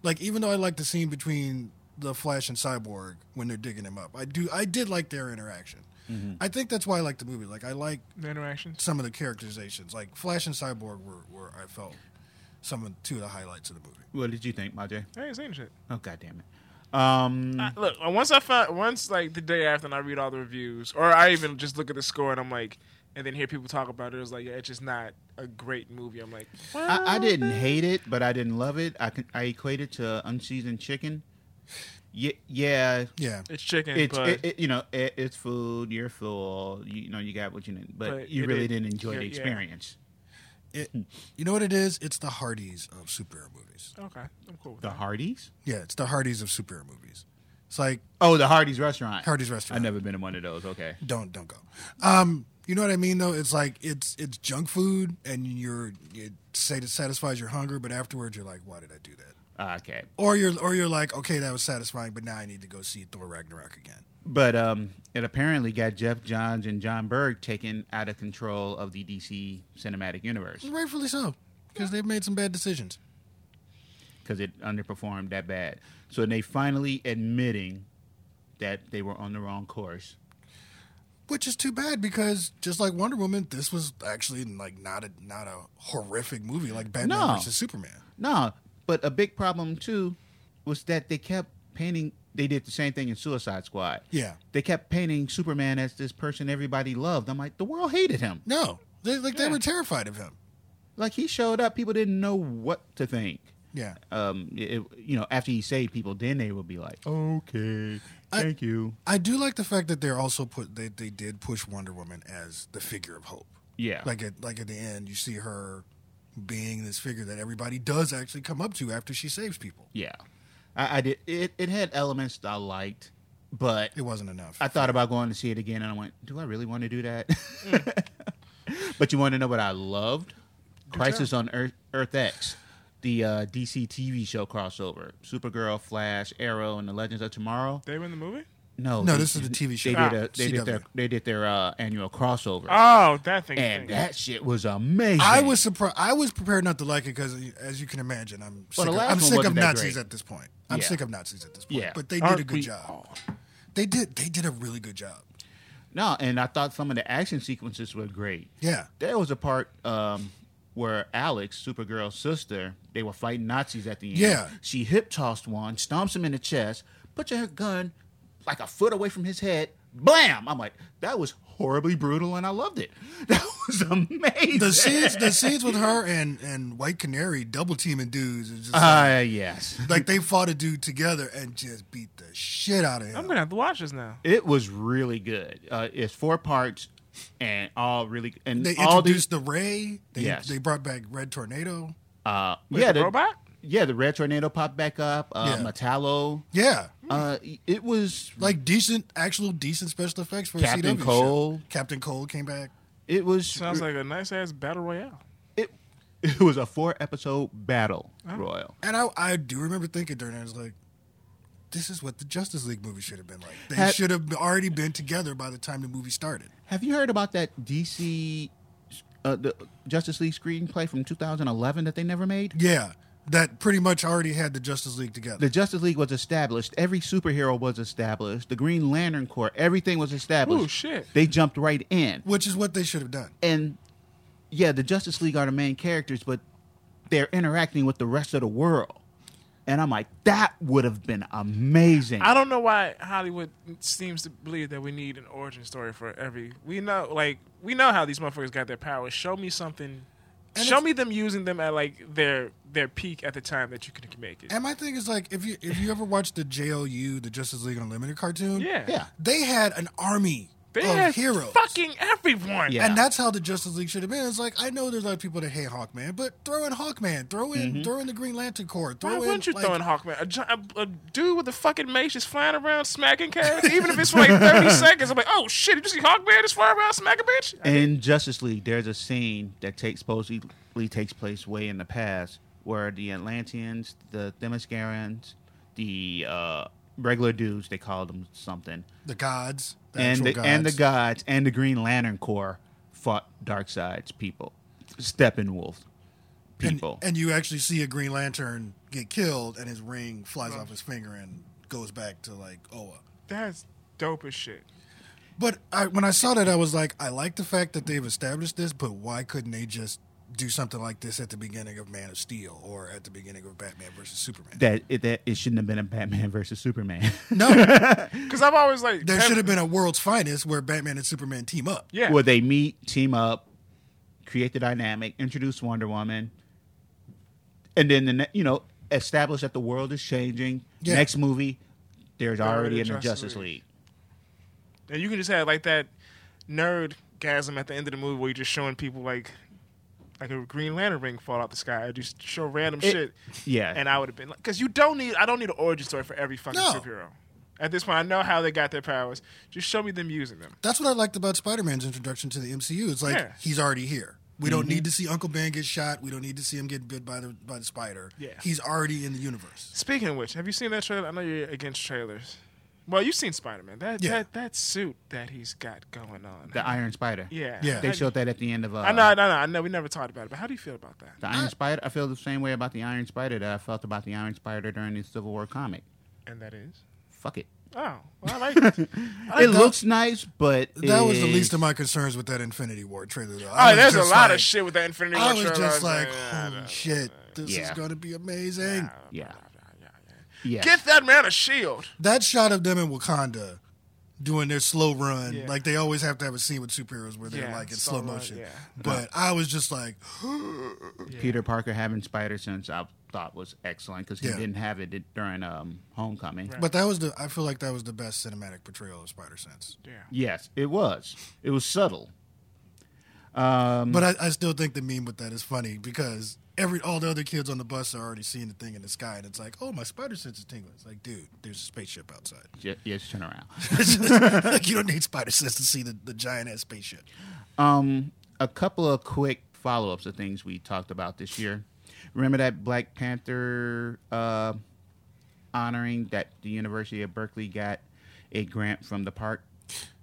[SPEAKER 3] Like even though I like the scene between the Flash and Cyborg when they're digging him up, I do I did like their interaction.
[SPEAKER 2] Mm-hmm.
[SPEAKER 3] I think that's why I like the movie. Like I like
[SPEAKER 4] The interactions.
[SPEAKER 3] some of the characterizations. Like Flash and Cyborg were, were I felt some of two of the highlights of the movie.
[SPEAKER 2] What did you think, Majay?
[SPEAKER 4] I ain't seen shit.
[SPEAKER 2] Oh, god damn it. Um,
[SPEAKER 4] I- look, uh, once I found once like the day after, and I read all the reviews, or I even just look at the score, and I'm like, and then hear people talk about it. It was like, yeah, it's just not a great movie. I'm like, well,
[SPEAKER 2] I, I didn't hate it, but I didn't love it. I can, I equate it to unseasoned chicken. Yeah, yeah.
[SPEAKER 3] Yeah,
[SPEAKER 4] it's chicken,
[SPEAKER 2] It's
[SPEAKER 4] but
[SPEAKER 2] it, it, you know it, it's food. You're full. You, you know you got what you need, but,
[SPEAKER 4] But
[SPEAKER 2] you
[SPEAKER 4] it
[SPEAKER 2] really
[SPEAKER 4] is-
[SPEAKER 2] didn't enjoy
[SPEAKER 4] yeah,
[SPEAKER 2] the
[SPEAKER 4] yeah.
[SPEAKER 2] experience.
[SPEAKER 3] it,
[SPEAKER 2] Hmm.
[SPEAKER 3] you know what it is? It's the Hardys of superhero movies.
[SPEAKER 4] okay, I'm cool with
[SPEAKER 2] The
[SPEAKER 4] that.
[SPEAKER 2] Hardee's.
[SPEAKER 3] Yeah, it's the Hardys of superhero movies. It's like
[SPEAKER 2] Oh, the Hardee's restaurant.
[SPEAKER 3] Hardee's restaurant.
[SPEAKER 2] I've never been in one of those. Okay.
[SPEAKER 3] don't don't go. Um, you know what I mean though? It's like it's it's junk food, and you're it say it satisfies your hunger, but afterwards you're like, why did I do that?
[SPEAKER 2] Uh, okay.
[SPEAKER 3] Or you're or you're like, okay, that was satisfying, but now I need to go see Thor Ragnarok again.
[SPEAKER 2] But um, it apparently got Jeff Johns and John Berg taken out of control of the DC cinematic universe
[SPEAKER 3] Rightfully so, because they've made some bad decisions.
[SPEAKER 2] because it underperformed that bad. So they finally admitting that they were on the wrong course.
[SPEAKER 3] which is too bad because just like Wonder Woman, this was actually like not a not a horrific movie like Batman
[SPEAKER 2] No.
[SPEAKER 3] versus Superman.
[SPEAKER 2] No, but a big problem too was that they kept painting. They did the same thing in Suicide Squad.
[SPEAKER 3] Yeah.
[SPEAKER 2] they kept painting Superman as this person everybody loved. I'm like, the world hated him.
[SPEAKER 3] No, they, like they were terrified of him.
[SPEAKER 2] Like he showed up, people didn't know what to think.
[SPEAKER 3] Yeah,
[SPEAKER 2] Um, it, you know, after he saved people, then they would be like, okay,
[SPEAKER 3] I-
[SPEAKER 2] thank you.
[SPEAKER 3] I do like the fact that they're also put they they did push Wonder Woman as the figure of hope.
[SPEAKER 2] Yeah,
[SPEAKER 3] Like at like at the end, you see her being this figure that everybody does actually come up to after she saves people.
[SPEAKER 2] yeah. I, I did. It it had elements that I liked, but
[SPEAKER 3] It wasn't enough.
[SPEAKER 2] I thought about going to see it again, and I went, "Do I really want to do that?" but you want to know what I loved? Crisis on Earth, Earth X, the uh, DC TV show crossover: Supergirl, Flash, Arrow, and the Legends of Tomorrow.
[SPEAKER 4] They were in the movie?
[SPEAKER 2] No,
[SPEAKER 3] No,
[SPEAKER 2] they-
[SPEAKER 3] this is the TV show.
[SPEAKER 2] They
[SPEAKER 3] Ah,
[SPEAKER 2] did, a, they did their
[SPEAKER 3] CW.
[SPEAKER 2] they did their uh, annual crossover,
[SPEAKER 4] Oh, that thing.
[SPEAKER 2] and that shit was amazing.
[SPEAKER 3] Ah, I was surprised. I was prepared not to like it because, as you can imagine, I'm
[SPEAKER 2] Well,
[SPEAKER 3] sick
[SPEAKER 2] the
[SPEAKER 3] of,
[SPEAKER 2] last
[SPEAKER 3] I'm
[SPEAKER 2] one
[SPEAKER 3] sick of
[SPEAKER 2] wasn't that
[SPEAKER 3] Nazis
[SPEAKER 2] great.
[SPEAKER 3] at this point. I'm
[SPEAKER 2] Yeah.
[SPEAKER 3] sick of Nazis at this point.
[SPEAKER 2] Yeah.
[SPEAKER 3] But they
[SPEAKER 4] Aren't
[SPEAKER 3] did a good
[SPEAKER 4] we
[SPEAKER 3] job.
[SPEAKER 4] all?
[SPEAKER 3] They did. They did a really good job.
[SPEAKER 2] no, and I thought some of the action sequences were great.
[SPEAKER 3] Yeah.
[SPEAKER 2] There was a part um, where Alex, Supergirl's sister, they were fighting Nazis at the end.
[SPEAKER 3] Yeah.
[SPEAKER 2] She hip tossed one, stomps him in the chest, puts her gun like a foot away from his head. Blam! I'm like, that was horribly brutal, and I loved it. That was amazing.
[SPEAKER 3] The scenes, the scenes with her and and White Canary double teaming dudes. Is just
[SPEAKER 2] Ah, yes.
[SPEAKER 3] like, like they fought a dude together and just beat the shit out of him.
[SPEAKER 4] I'm going to have to watch this now.
[SPEAKER 2] It was really good. Uh, it's four parts, and all really and
[SPEAKER 3] they
[SPEAKER 2] all these
[SPEAKER 3] introduced the Ray. They,
[SPEAKER 2] Yes.
[SPEAKER 3] they brought back Red Tornado.
[SPEAKER 2] uh,
[SPEAKER 4] Wait,
[SPEAKER 2] yeah
[SPEAKER 4] the robot?
[SPEAKER 2] Yeah, the red tornado popped back up. Uh,
[SPEAKER 3] Yeah.
[SPEAKER 2] Metallo.
[SPEAKER 3] Yeah.
[SPEAKER 2] Uh, it was
[SPEAKER 3] Like decent, actual decent special effects for
[SPEAKER 2] Captain
[SPEAKER 3] a CW show.
[SPEAKER 2] Cole.
[SPEAKER 3] Captain Cole came back.
[SPEAKER 2] It was
[SPEAKER 4] Sounds like a nice ass battle royale.
[SPEAKER 2] it. It was a four episode battle royal.
[SPEAKER 3] And I, I do remember thinking during that, I was like, this is what the Justice League movie should have been like. They
[SPEAKER 2] Had-
[SPEAKER 3] should have already been together by the time the movie started.
[SPEAKER 2] Have you heard about that DC uh, the Justice League screenplay from 2011 that they never made?
[SPEAKER 3] Yeah, that pretty much already had the Justice League together.
[SPEAKER 2] The Justice League was established. Every superhero was established. The Green Lantern Corps, everything was established.
[SPEAKER 4] Ooh, shit.
[SPEAKER 2] They jumped right in,
[SPEAKER 3] which is what they should have done.
[SPEAKER 2] and yeah, the Justice League are the main characters, but they're interacting with the rest of the world. And I'm like, that would have been amazing.
[SPEAKER 4] I don't know why Hollywood seems to believe that we need an origin story for every. We know, like, we know how these motherfuckers got their powers. Show me something. Show
[SPEAKER 3] it's-
[SPEAKER 4] me them using them at like their their peak at the time that you can make it.
[SPEAKER 3] And my thing is like, if you if you ever watched the JLU, the Justice League Unlimited cartoon,
[SPEAKER 4] Yeah.
[SPEAKER 2] yeah,
[SPEAKER 3] they had an army
[SPEAKER 4] They
[SPEAKER 3] of
[SPEAKER 4] had
[SPEAKER 3] heroes.
[SPEAKER 4] fucking everyone.
[SPEAKER 2] Yeah.
[SPEAKER 3] And that's how the Justice League should have been. It's like I know there's a lot of people that hate Hawkman, but throw in Hawkman, throw in throw in the Green Lantern Corps, throw
[SPEAKER 4] Mm-hmm. Why
[SPEAKER 3] in
[SPEAKER 4] wouldn't you
[SPEAKER 3] like,
[SPEAKER 4] throw in Hawkman? A, gi- a, a dude with a fucking mace just flying around smacking cats, even if it's for like 30 seconds. I'm like, oh shit, did you see Hawkman just flying around smacking bitch?
[SPEAKER 2] In Justice League, there's a scene that takes supposedly takes place way in the past, where the Atlanteans, the Themyscirans, the uh, regular dudes they call them something,
[SPEAKER 3] the gods, the
[SPEAKER 2] and
[SPEAKER 3] actual
[SPEAKER 2] the and the gods
[SPEAKER 3] gods.
[SPEAKER 2] and the Green Lantern Corps fought Darkseid's people, Steppenwolf
[SPEAKER 3] And-
[SPEAKER 2] people.
[SPEAKER 3] And, you actually see a Green Lantern get killed, and his ring flies off his finger and goes back to like Oa.
[SPEAKER 4] That's dope as shit.
[SPEAKER 3] But I, when I saw that, I was like, I like the fact that they've established this, but why couldn't they just do something like this at the beginning of Man of Steel or at the beginning of Batman versus Superman?
[SPEAKER 2] that it, that it shouldn't have been a Batman versus Superman.
[SPEAKER 3] no,
[SPEAKER 4] Because I've always like.
[SPEAKER 3] there
[SPEAKER 4] Batman-
[SPEAKER 3] should have been a World's Finest where Batman and Superman team up.
[SPEAKER 4] Yeah.
[SPEAKER 2] Where they meet, team up, create the dynamic, introduce Wonder Woman, and then the ne- you know establish that the world is changing.
[SPEAKER 3] Yeah.
[SPEAKER 2] Next movie, there's already
[SPEAKER 4] already
[SPEAKER 2] in the
[SPEAKER 4] Justice
[SPEAKER 2] Justice League.
[SPEAKER 4] League. And you can just have like that nerd gasm at the end of the movie where you're just showing people like like a Green Lantern ring fall out the sky. Or just show random
[SPEAKER 2] It-
[SPEAKER 4] shit.
[SPEAKER 2] yeah.
[SPEAKER 4] And I would have been like, because you don't need. I don't need an origin story for every fucking
[SPEAKER 3] No.
[SPEAKER 4] superhero. At this point, I know how they got their powers. Just show me them using them.
[SPEAKER 3] That's what I liked about Spider Man's introduction to the MCU. It's like
[SPEAKER 4] Yeah. Mm-hmm.
[SPEAKER 3] he's already here. We don't need to see Uncle Ben get shot. We don't need to see him get bit by the by the spider.
[SPEAKER 4] Yeah.
[SPEAKER 3] He's already in the universe.
[SPEAKER 4] Speaking of which, have you seen that trailer? I know you're against trailers. Well, you've seen Spider Man. That
[SPEAKER 3] Yeah.
[SPEAKER 4] that that suit that he's got going on.
[SPEAKER 2] the Iron Spider.
[SPEAKER 4] yeah.
[SPEAKER 3] Yeah.
[SPEAKER 2] They
[SPEAKER 4] How-
[SPEAKER 2] showed that at the end of. Uh,
[SPEAKER 4] I know, I know, I know. I know. We never talked about it, but how do you feel about that?
[SPEAKER 2] The Iron Spider. I feel the same way about the Iron Spider that I felt about the Iron Spider during the Civil War comic.
[SPEAKER 4] And that is.
[SPEAKER 2] Fuck it.
[SPEAKER 4] Oh, well, I like it.
[SPEAKER 2] it looks nice, but
[SPEAKER 3] That was the
[SPEAKER 2] it's-
[SPEAKER 3] least of my concerns with that Infinity War trailer. Though.
[SPEAKER 4] Oh,
[SPEAKER 3] was
[SPEAKER 4] there's a
[SPEAKER 3] just
[SPEAKER 4] lot
[SPEAKER 3] like-
[SPEAKER 4] of shit with that Infinity War
[SPEAKER 3] I was
[SPEAKER 4] trailer.
[SPEAKER 3] just like,
[SPEAKER 4] yeah,
[SPEAKER 3] holy shit, this is
[SPEAKER 2] Yeah.
[SPEAKER 3] gonna be amazing.
[SPEAKER 2] Yeah,
[SPEAKER 4] yeah, yeah.
[SPEAKER 2] yeah.
[SPEAKER 4] Get that man a shield.
[SPEAKER 3] That shot of them in Wakanda doing their slow run,
[SPEAKER 4] Yeah.
[SPEAKER 3] like they always have to have a scene with superheroes where they're
[SPEAKER 4] Yeah,
[SPEAKER 3] like in
[SPEAKER 4] slow
[SPEAKER 3] slow
[SPEAKER 4] run,
[SPEAKER 3] motion.
[SPEAKER 4] yeah.
[SPEAKER 3] But I was just like,
[SPEAKER 2] Peter Parker having spider sense, I thought was excellent because he
[SPEAKER 3] Yeah.
[SPEAKER 2] didn't have it during um, Homecoming.
[SPEAKER 3] but that was the. I feel like that was the best cinematic portrayal of Spider Sense.
[SPEAKER 4] Yeah.
[SPEAKER 2] Yes, it was. It was subtle. Um,
[SPEAKER 3] But I, I still think the meme with that is funny because every all the other kids on the bus are already seeing the thing in the sky, and it's like, oh, my spider sense is tingling. It's like, dude, there's a spaceship outside.
[SPEAKER 2] Ju- Yes, turn around.
[SPEAKER 3] like, you don't need spider sense to see the, the giant ass spaceship.
[SPEAKER 2] Um, a couple of quick follow ups of things we talked about this year. Remember that Black Panther uh, honoring that the University of Berkeley got a grant from the Park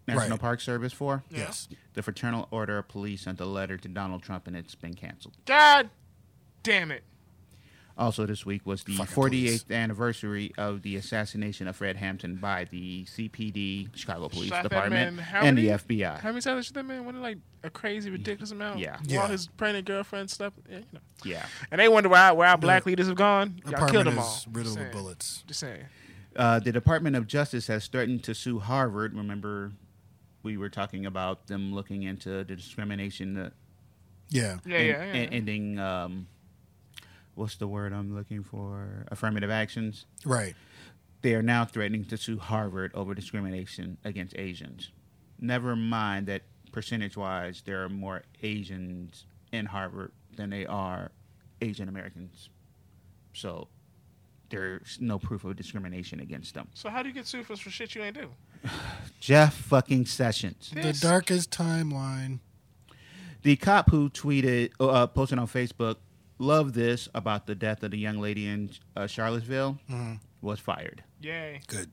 [SPEAKER 2] National
[SPEAKER 3] Right.
[SPEAKER 2] Park Service for?
[SPEAKER 3] Yes.
[SPEAKER 2] The Fraternal Order of Police sent a letter to Donald Trump and it's been canceled.
[SPEAKER 4] God damn it.
[SPEAKER 2] Also, this week was the
[SPEAKER 3] Fucking
[SPEAKER 2] 48th
[SPEAKER 3] police.
[SPEAKER 2] anniversary of the assassination of Fred Hampton by the CPD, Chicago Police
[SPEAKER 4] Shot that
[SPEAKER 2] Department,
[SPEAKER 4] man how
[SPEAKER 2] and the
[SPEAKER 4] many-
[SPEAKER 2] FBI.
[SPEAKER 4] How many times did that man wanted like a crazy, ridiculous amount?
[SPEAKER 2] Yeah.
[SPEAKER 3] Yeah.
[SPEAKER 4] While his pregnant girlfriend slept. Yeah, you know.
[SPEAKER 2] yeah.
[SPEAKER 4] And they wonder where our, where our black leaders have gone. Y'all
[SPEAKER 3] Apartment
[SPEAKER 4] killed them
[SPEAKER 3] is
[SPEAKER 4] all.
[SPEAKER 3] riddled
[SPEAKER 4] Just
[SPEAKER 3] with
[SPEAKER 4] saying.
[SPEAKER 3] bullets.
[SPEAKER 4] Just saying.
[SPEAKER 2] Uh, the Department of Justice has threatened to sue Harvard. Remember, we were talking about them looking into the discrimination uh,
[SPEAKER 3] Yeah.
[SPEAKER 4] Yeah,
[SPEAKER 2] en-
[SPEAKER 4] yeah, yeah.
[SPEAKER 2] en- ending. Um, what's the word I'm looking for? Affirmative actions.
[SPEAKER 3] Right.
[SPEAKER 2] They are now threatening to sue Harvard over discrimination against Asians. Never mind that percentage wise, there are more Asians in Harvard than they are Asian Americans. So there's no proof of discrimination against them.
[SPEAKER 4] so how do you get sued for, for shit you ain't do?
[SPEAKER 2] Jeff fucking Sessions.
[SPEAKER 3] The
[SPEAKER 4] This-
[SPEAKER 3] darkest timeline.
[SPEAKER 2] The cop who tweeted, uh, posted on Facebook, love this about the death of the young lady in uh, Charlottesville, was fired.
[SPEAKER 4] Yay.
[SPEAKER 3] Good.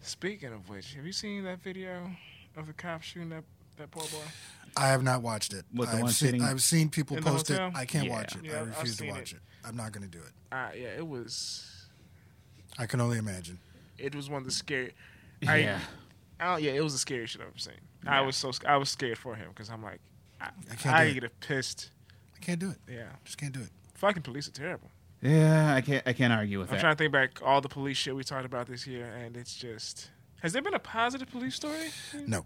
[SPEAKER 4] Speaking of which, have you seen that video of the cop shooting that, that poor boy?
[SPEAKER 3] I have not watched it.
[SPEAKER 2] What, the
[SPEAKER 3] I've,
[SPEAKER 2] one
[SPEAKER 3] seen,
[SPEAKER 2] sitting-
[SPEAKER 3] I've seen people
[SPEAKER 4] In the
[SPEAKER 3] post it.
[SPEAKER 4] hotel?
[SPEAKER 3] I can't
[SPEAKER 2] Yeah.
[SPEAKER 3] watch it.
[SPEAKER 4] Yeah,
[SPEAKER 3] I
[SPEAKER 4] I've
[SPEAKER 3] refuse to
[SPEAKER 4] seen
[SPEAKER 3] watch
[SPEAKER 4] it.
[SPEAKER 3] it. I'm not going to do it.
[SPEAKER 4] Uh, yeah, it was.
[SPEAKER 3] I can only imagine.
[SPEAKER 4] It was one of the scary. I, yeah.
[SPEAKER 2] Yeah.
[SPEAKER 4] I don't, yeah, it was the scariest shit I've ever seen. I was so sc- I was scared for him because I'm like, I,
[SPEAKER 3] I
[SPEAKER 4] I,
[SPEAKER 3] can't do it.
[SPEAKER 4] get pissed.
[SPEAKER 3] I can't do it.
[SPEAKER 4] Yeah,
[SPEAKER 3] Just can't do it.
[SPEAKER 4] fucking police are terrible.
[SPEAKER 2] Yeah, I can't. I can't argue with
[SPEAKER 4] I'm
[SPEAKER 2] that.
[SPEAKER 4] trying to think back all the police shit we talked about this year, and it's just has there been a positive police story?
[SPEAKER 3] No.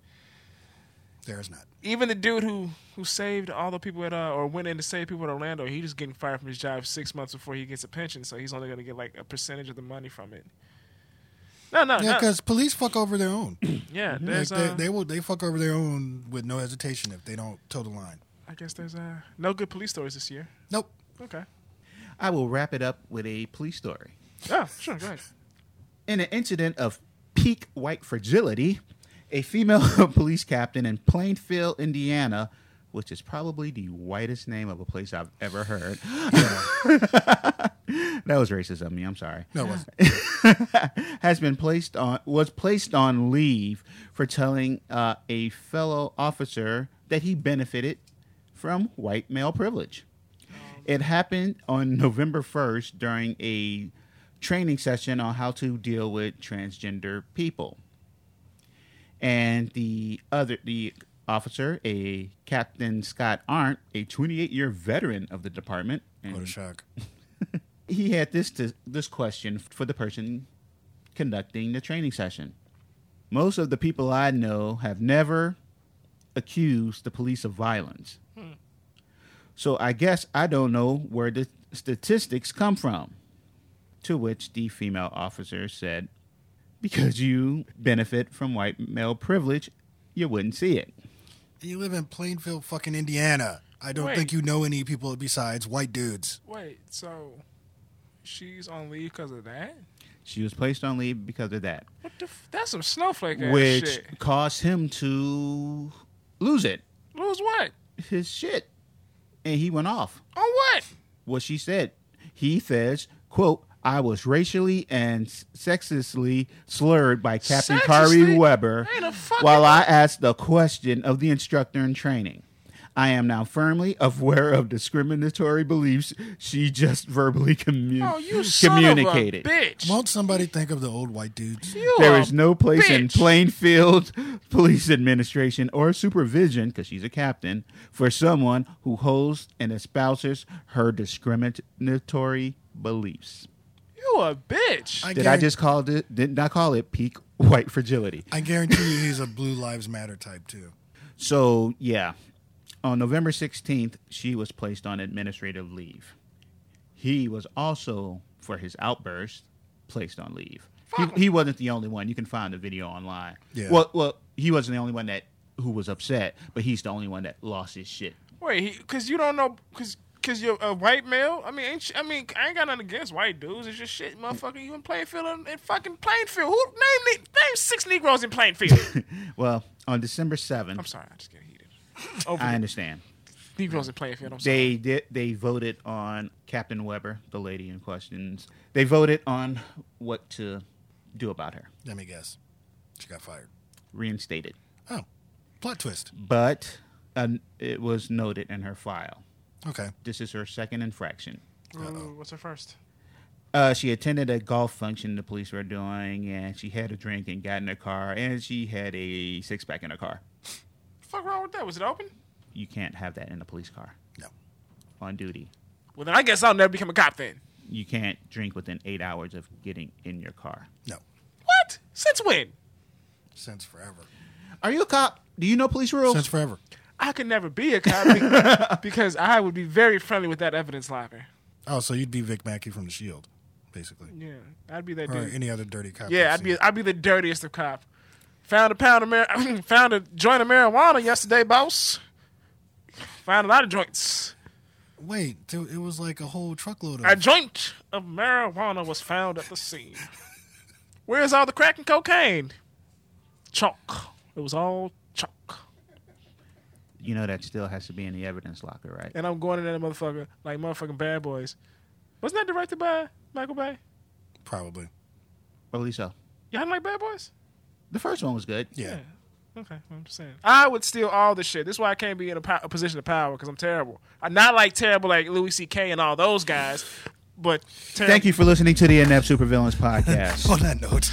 [SPEAKER 3] There is not.
[SPEAKER 4] Even the dude who who saved all the people at uh, or went in to save people in Orlando, he just getting fired from his job six months before he gets a pension, so he's only gonna get like a percentage of the money from it. No, no,
[SPEAKER 3] Yeah,
[SPEAKER 4] no.
[SPEAKER 3] because police fuck over their own.
[SPEAKER 4] yeah.
[SPEAKER 3] like
[SPEAKER 4] There's,
[SPEAKER 3] they,
[SPEAKER 4] uh,
[SPEAKER 3] they will. They fuck over their own with no hesitation if they don't toe the line.
[SPEAKER 4] I guess there's uh, no good police stories this year.
[SPEAKER 3] Nope.
[SPEAKER 4] Okay.
[SPEAKER 2] I will wrap it up with a police story.
[SPEAKER 4] Oh, sure, go ahead.
[SPEAKER 2] In an incident of peak white fragility, a female police captain in Plainfield, Indiana, which is probably the whitest name of a place I've ever heard. that was racist of me. I'm sorry.
[SPEAKER 3] No, it wasn't.
[SPEAKER 2] has been placed on was placed on leave for telling uh, a fellow officer that he benefited from white male privilege. It happened on November 1st during a training session on how to deal with transgender people. And the other the officer, a Captain Scott Arndt, a 28-year veteran of the department,
[SPEAKER 3] What a
[SPEAKER 2] and
[SPEAKER 3] shock.
[SPEAKER 2] he had this to, this question for the person conducting the training session. Most of the people I know have never accused the police of violence. So I guess I don't know where the statistics come from. To which the female officer said, Because you benefit from white male privilege, you wouldn't see it.
[SPEAKER 3] You live in Plainfield, fucking Indiana. I don't think
[SPEAKER 4] Wait.
[SPEAKER 3] you know any people besides white dudes.
[SPEAKER 4] Wait, so she's on leave because of that?
[SPEAKER 2] She was placed on leave because of that,
[SPEAKER 4] What the? F- that's some snowflake ass
[SPEAKER 2] which
[SPEAKER 4] shit.
[SPEAKER 2] caused him to lose it.
[SPEAKER 4] Lose what?
[SPEAKER 2] his shit and he went off
[SPEAKER 4] On what?
[SPEAKER 2] what she said he says quote i was racially and s- sexistly slurred by captain
[SPEAKER 4] Sexistly?
[SPEAKER 2] kari weber
[SPEAKER 4] Ain't a fucking-
[SPEAKER 2] while i asked the question of the instructor in training I am now firmly aware of discriminatory beliefs she just verbally commu-
[SPEAKER 4] Oh, you son of a
[SPEAKER 2] communicated.
[SPEAKER 4] bitch.
[SPEAKER 3] Won't somebody think of the old white dudes?
[SPEAKER 4] You
[SPEAKER 2] There
[SPEAKER 4] a
[SPEAKER 2] is no place in
[SPEAKER 4] bitch.
[SPEAKER 2] Plainfield Police Administration or supervision, because she's a captain, for someone who holds and espouses her discriminatory beliefs.
[SPEAKER 4] You a bitch.
[SPEAKER 3] I
[SPEAKER 2] Did I
[SPEAKER 3] guarantee-
[SPEAKER 2] just call it? Didn't I call it peak white fragility?
[SPEAKER 3] I guarantee you, he's a Blue Lives Matter type too.
[SPEAKER 2] So yeah, on November sixteenth, she was placed on administrative leave. He was also, for his outburst, placed on leave. He, he wasn't the only one. You can find the video online.
[SPEAKER 3] Yeah.
[SPEAKER 2] Well, well, he wasn't the only one that who was upset, but he's the only one that lost his shit.
[SPEAKER 4] Wait, because you don't know, because because you're a white male. I mean, ain't you, I mean, I ain't got nothing against white dudes. It's just shit, motherfucker. You in Plainfield and, and fucking Plainfield. Who name ne- name six Negroes in Plainfield?
[SPEAKER 2] Well, on December
[SPEAKER 4] I'm
[SPEAKER 2] seventh,
[SPEAKER 4] sorry, I just get heated. Over
[SPEAKER 2] I understand
[SPEAKER 4] Negroes in Plainfield. I'm sorry.
[SPEAKER 2] they did. They voted on Captain Weber, the lady in questions. They voted on what to do about her,
[SPEAKER 3] Let me guess. She got fired.
[SPEAKER 2] reinstated.
[SPEAKER 3] Oh, plot twist.
[SPEAKER 2] but uh, it was noted in her file.
[SPEAKER 3] Okay.
[SPEAKER 2] This is her second infraction.
[SPEAKER 4] Ooh, what's her first?
[SPEAKER 2] Uh, she attended a golf function the police were doing, and she had a drink and got in her car, and she had a six pack in her car.
[SPEAKER 4] fuck wrong with that? Was it open?
[SPEAKER 2] You can't have that in a police car
[SPEAKER 3] No.
[SPEAKER 2] on duty.
[SPEAKER 4] Well, then I guess I'll never become a cop then.
[SPEAKER 2] You can't drink within eight hours of getting in your car.
[SPEAKER 3] No.
[SPEAKER 4] What? Since when?
[SPEAKER 3] Since forever.
[SPEAKER 2] Are you a cop? Do you know police rules?
[SPEAKER 3] Since forever.
[SPEAKER 4] I could never be a cop be- because I would be very friendly with that evidence locker.
[SPEAKER 3] Oh, so you'd be Vic Mackey from The Shield, basically,
[SPEAKER 4] Yeah, I'd be that
[SPEAKER 3] or
[SPEAKER 4] dude.
[SPEAKER 3] any other dirty cop.
[SPEAKER 4] Yeah, I'd
[SPEAKER 3] you've
[SPEAKER 4] be
[SPEAKER 3] seen.
[SPEAKER 4] I'd be the dirtiest of cop. Found a pound of mar- found a joint of marijuana yesterday, boss. Found a lot of joints.
[SPEAKER 3] Wait, dude, it was like a whole truckload of.
[SPEAKER 4] A joint of marijuana was found at the scene. Where's all the crack and cocaine? Chalk. It was all chalk.
[SPEAKER 2] You know that still has to be in the evidence locker, right?
[SPEAKER 4] And I'm going in that motherfucker like motherfucking bad boys. Wasn't that directed by Michael Bay?
[SPEAKER 3] probably.
[SPEAKER 2] Or at least so.
[SPEAKER 4] Y'all like bad boys?
[SPEAKER 2] The first one was good.
[SPEAKER 3] Yeah.
[SPEAKER 4] Okay, I'm just saying. I would steal all the shit. This is why I can't be in a, po- a position of power because I'm terrible. I'm not like terrible like Louis C.K. and all those guys, but terrible.
[SPEAKER 2] Thank you for listening to the Inept Supervillains podcast.
[SPEAKER 3] On that note,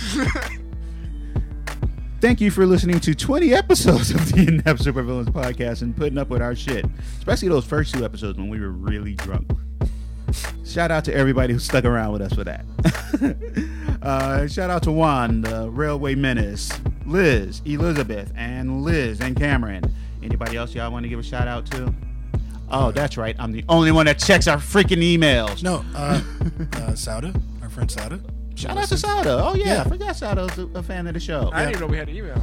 [SPEAKER 2] Thank you for listening to 20 episodes of the Inept Supervillains podcast and putting up with our shit, especially those first two episodes when we were really drunk. Shout out to everybody who stuck around with us for that. uh, shout out to Juan, the Railway Menace, Liz, Elizabeth, and Liz and Cameron. Anybody else y'all want to give a shout out to? Oh, that's right. I'm the only one that checks our freaking emails.
[SPEAKER 3] no, uh, uh, Sauda, our friend Sauda.
[SPEAKER 2] Shout out to Sada. Oh, yeah.
[SPEAKER 3] Yeah.
[SPEAKER 2] I forgot Sada's a, a fan of the show.
[SPEAKER 4] I didn't even know we had an email.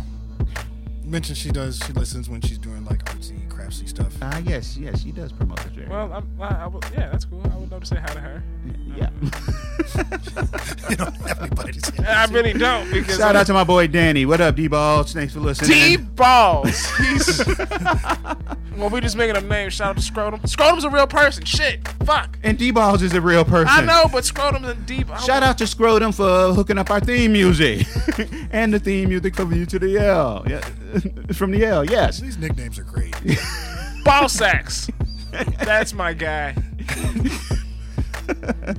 [SPEAKER 3] Mentioned she does. She listens when she's doing like artsy, craftsy stuff.
[SPEAKER 2] Ah, yes, yes, she does promote this very
[SPEAKER 4] Well, I'm, I, I would, yeah, that's cool. I would love to say hi to her.
[SPEAKER 2] Yeah.
[SPEAKER 3] you don't have anybody to say.
[SPEAKER 4] I really don't because
[SPEAKER 2] Shout out to my boy Danny. What up, D Ball? Thanks for listening.
[SPEAKER 4] D balls. He's well, we just making up names. Shout out to Scrotum. Scrotum's a real person. Shit, fuck.
[SPEAKER 2] And D Balls is a real person.
[SPEAKER 4] I know, but Scrotum's a deep.
[SPEAKER 2] Shout out to Scrotum for hooking up our theme music and the theme music from you to the L. Yeah, from the L. Yes.
[SPEAKER 3] These nicknames are great.
[SPEAKER 4] ball sacks. That's my guy.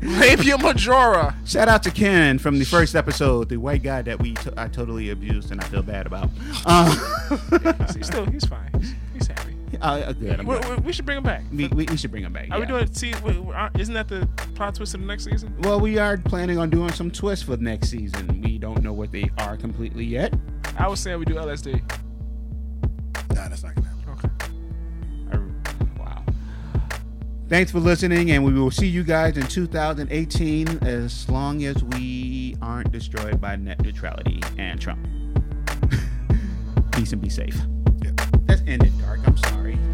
[SPEAKER 4] Labia majora.
[SPEAKER 2] Shout out to Ken from the first episode, the white guy that we to- I totally abused and I feel bad about. Uh,
[SPEAKER 4] He's still, he's fine. He's, he's happy.
[SPEAKER 2] uh, good. I'm
[SPEAKER 4] We,
[SPEAKER 2] glad.
[SPEAKER 4] we, we should bring him back.
[SPEAKER 2] We, we, we should bring him back.
[SPEAKER 4] Are we
[SPEAKER 2] yeah.
[SPEAKER 4] doing? See, we, we- aren't- isn't that the plot twist of the next season?
[SPEAKER 2] Well, we are planning on doing some twists for next season. We don't know what they are completely yet.
[SPEAKER 4] I was saying we do LSD.
[SPEAKER 3] nah, that's not gonna happen.
[SPEAKER 4] Okay.
[SPEAKER 2] I- Er, wow. Thanks for listening, and we will see you guys in 2018 as long as we aren't destroyed by net neutrality and Trump. Peace and be safe.
[SPEAKER 3] Yeah.
[SPEAKER 2] That's ended dark. I'm sorry.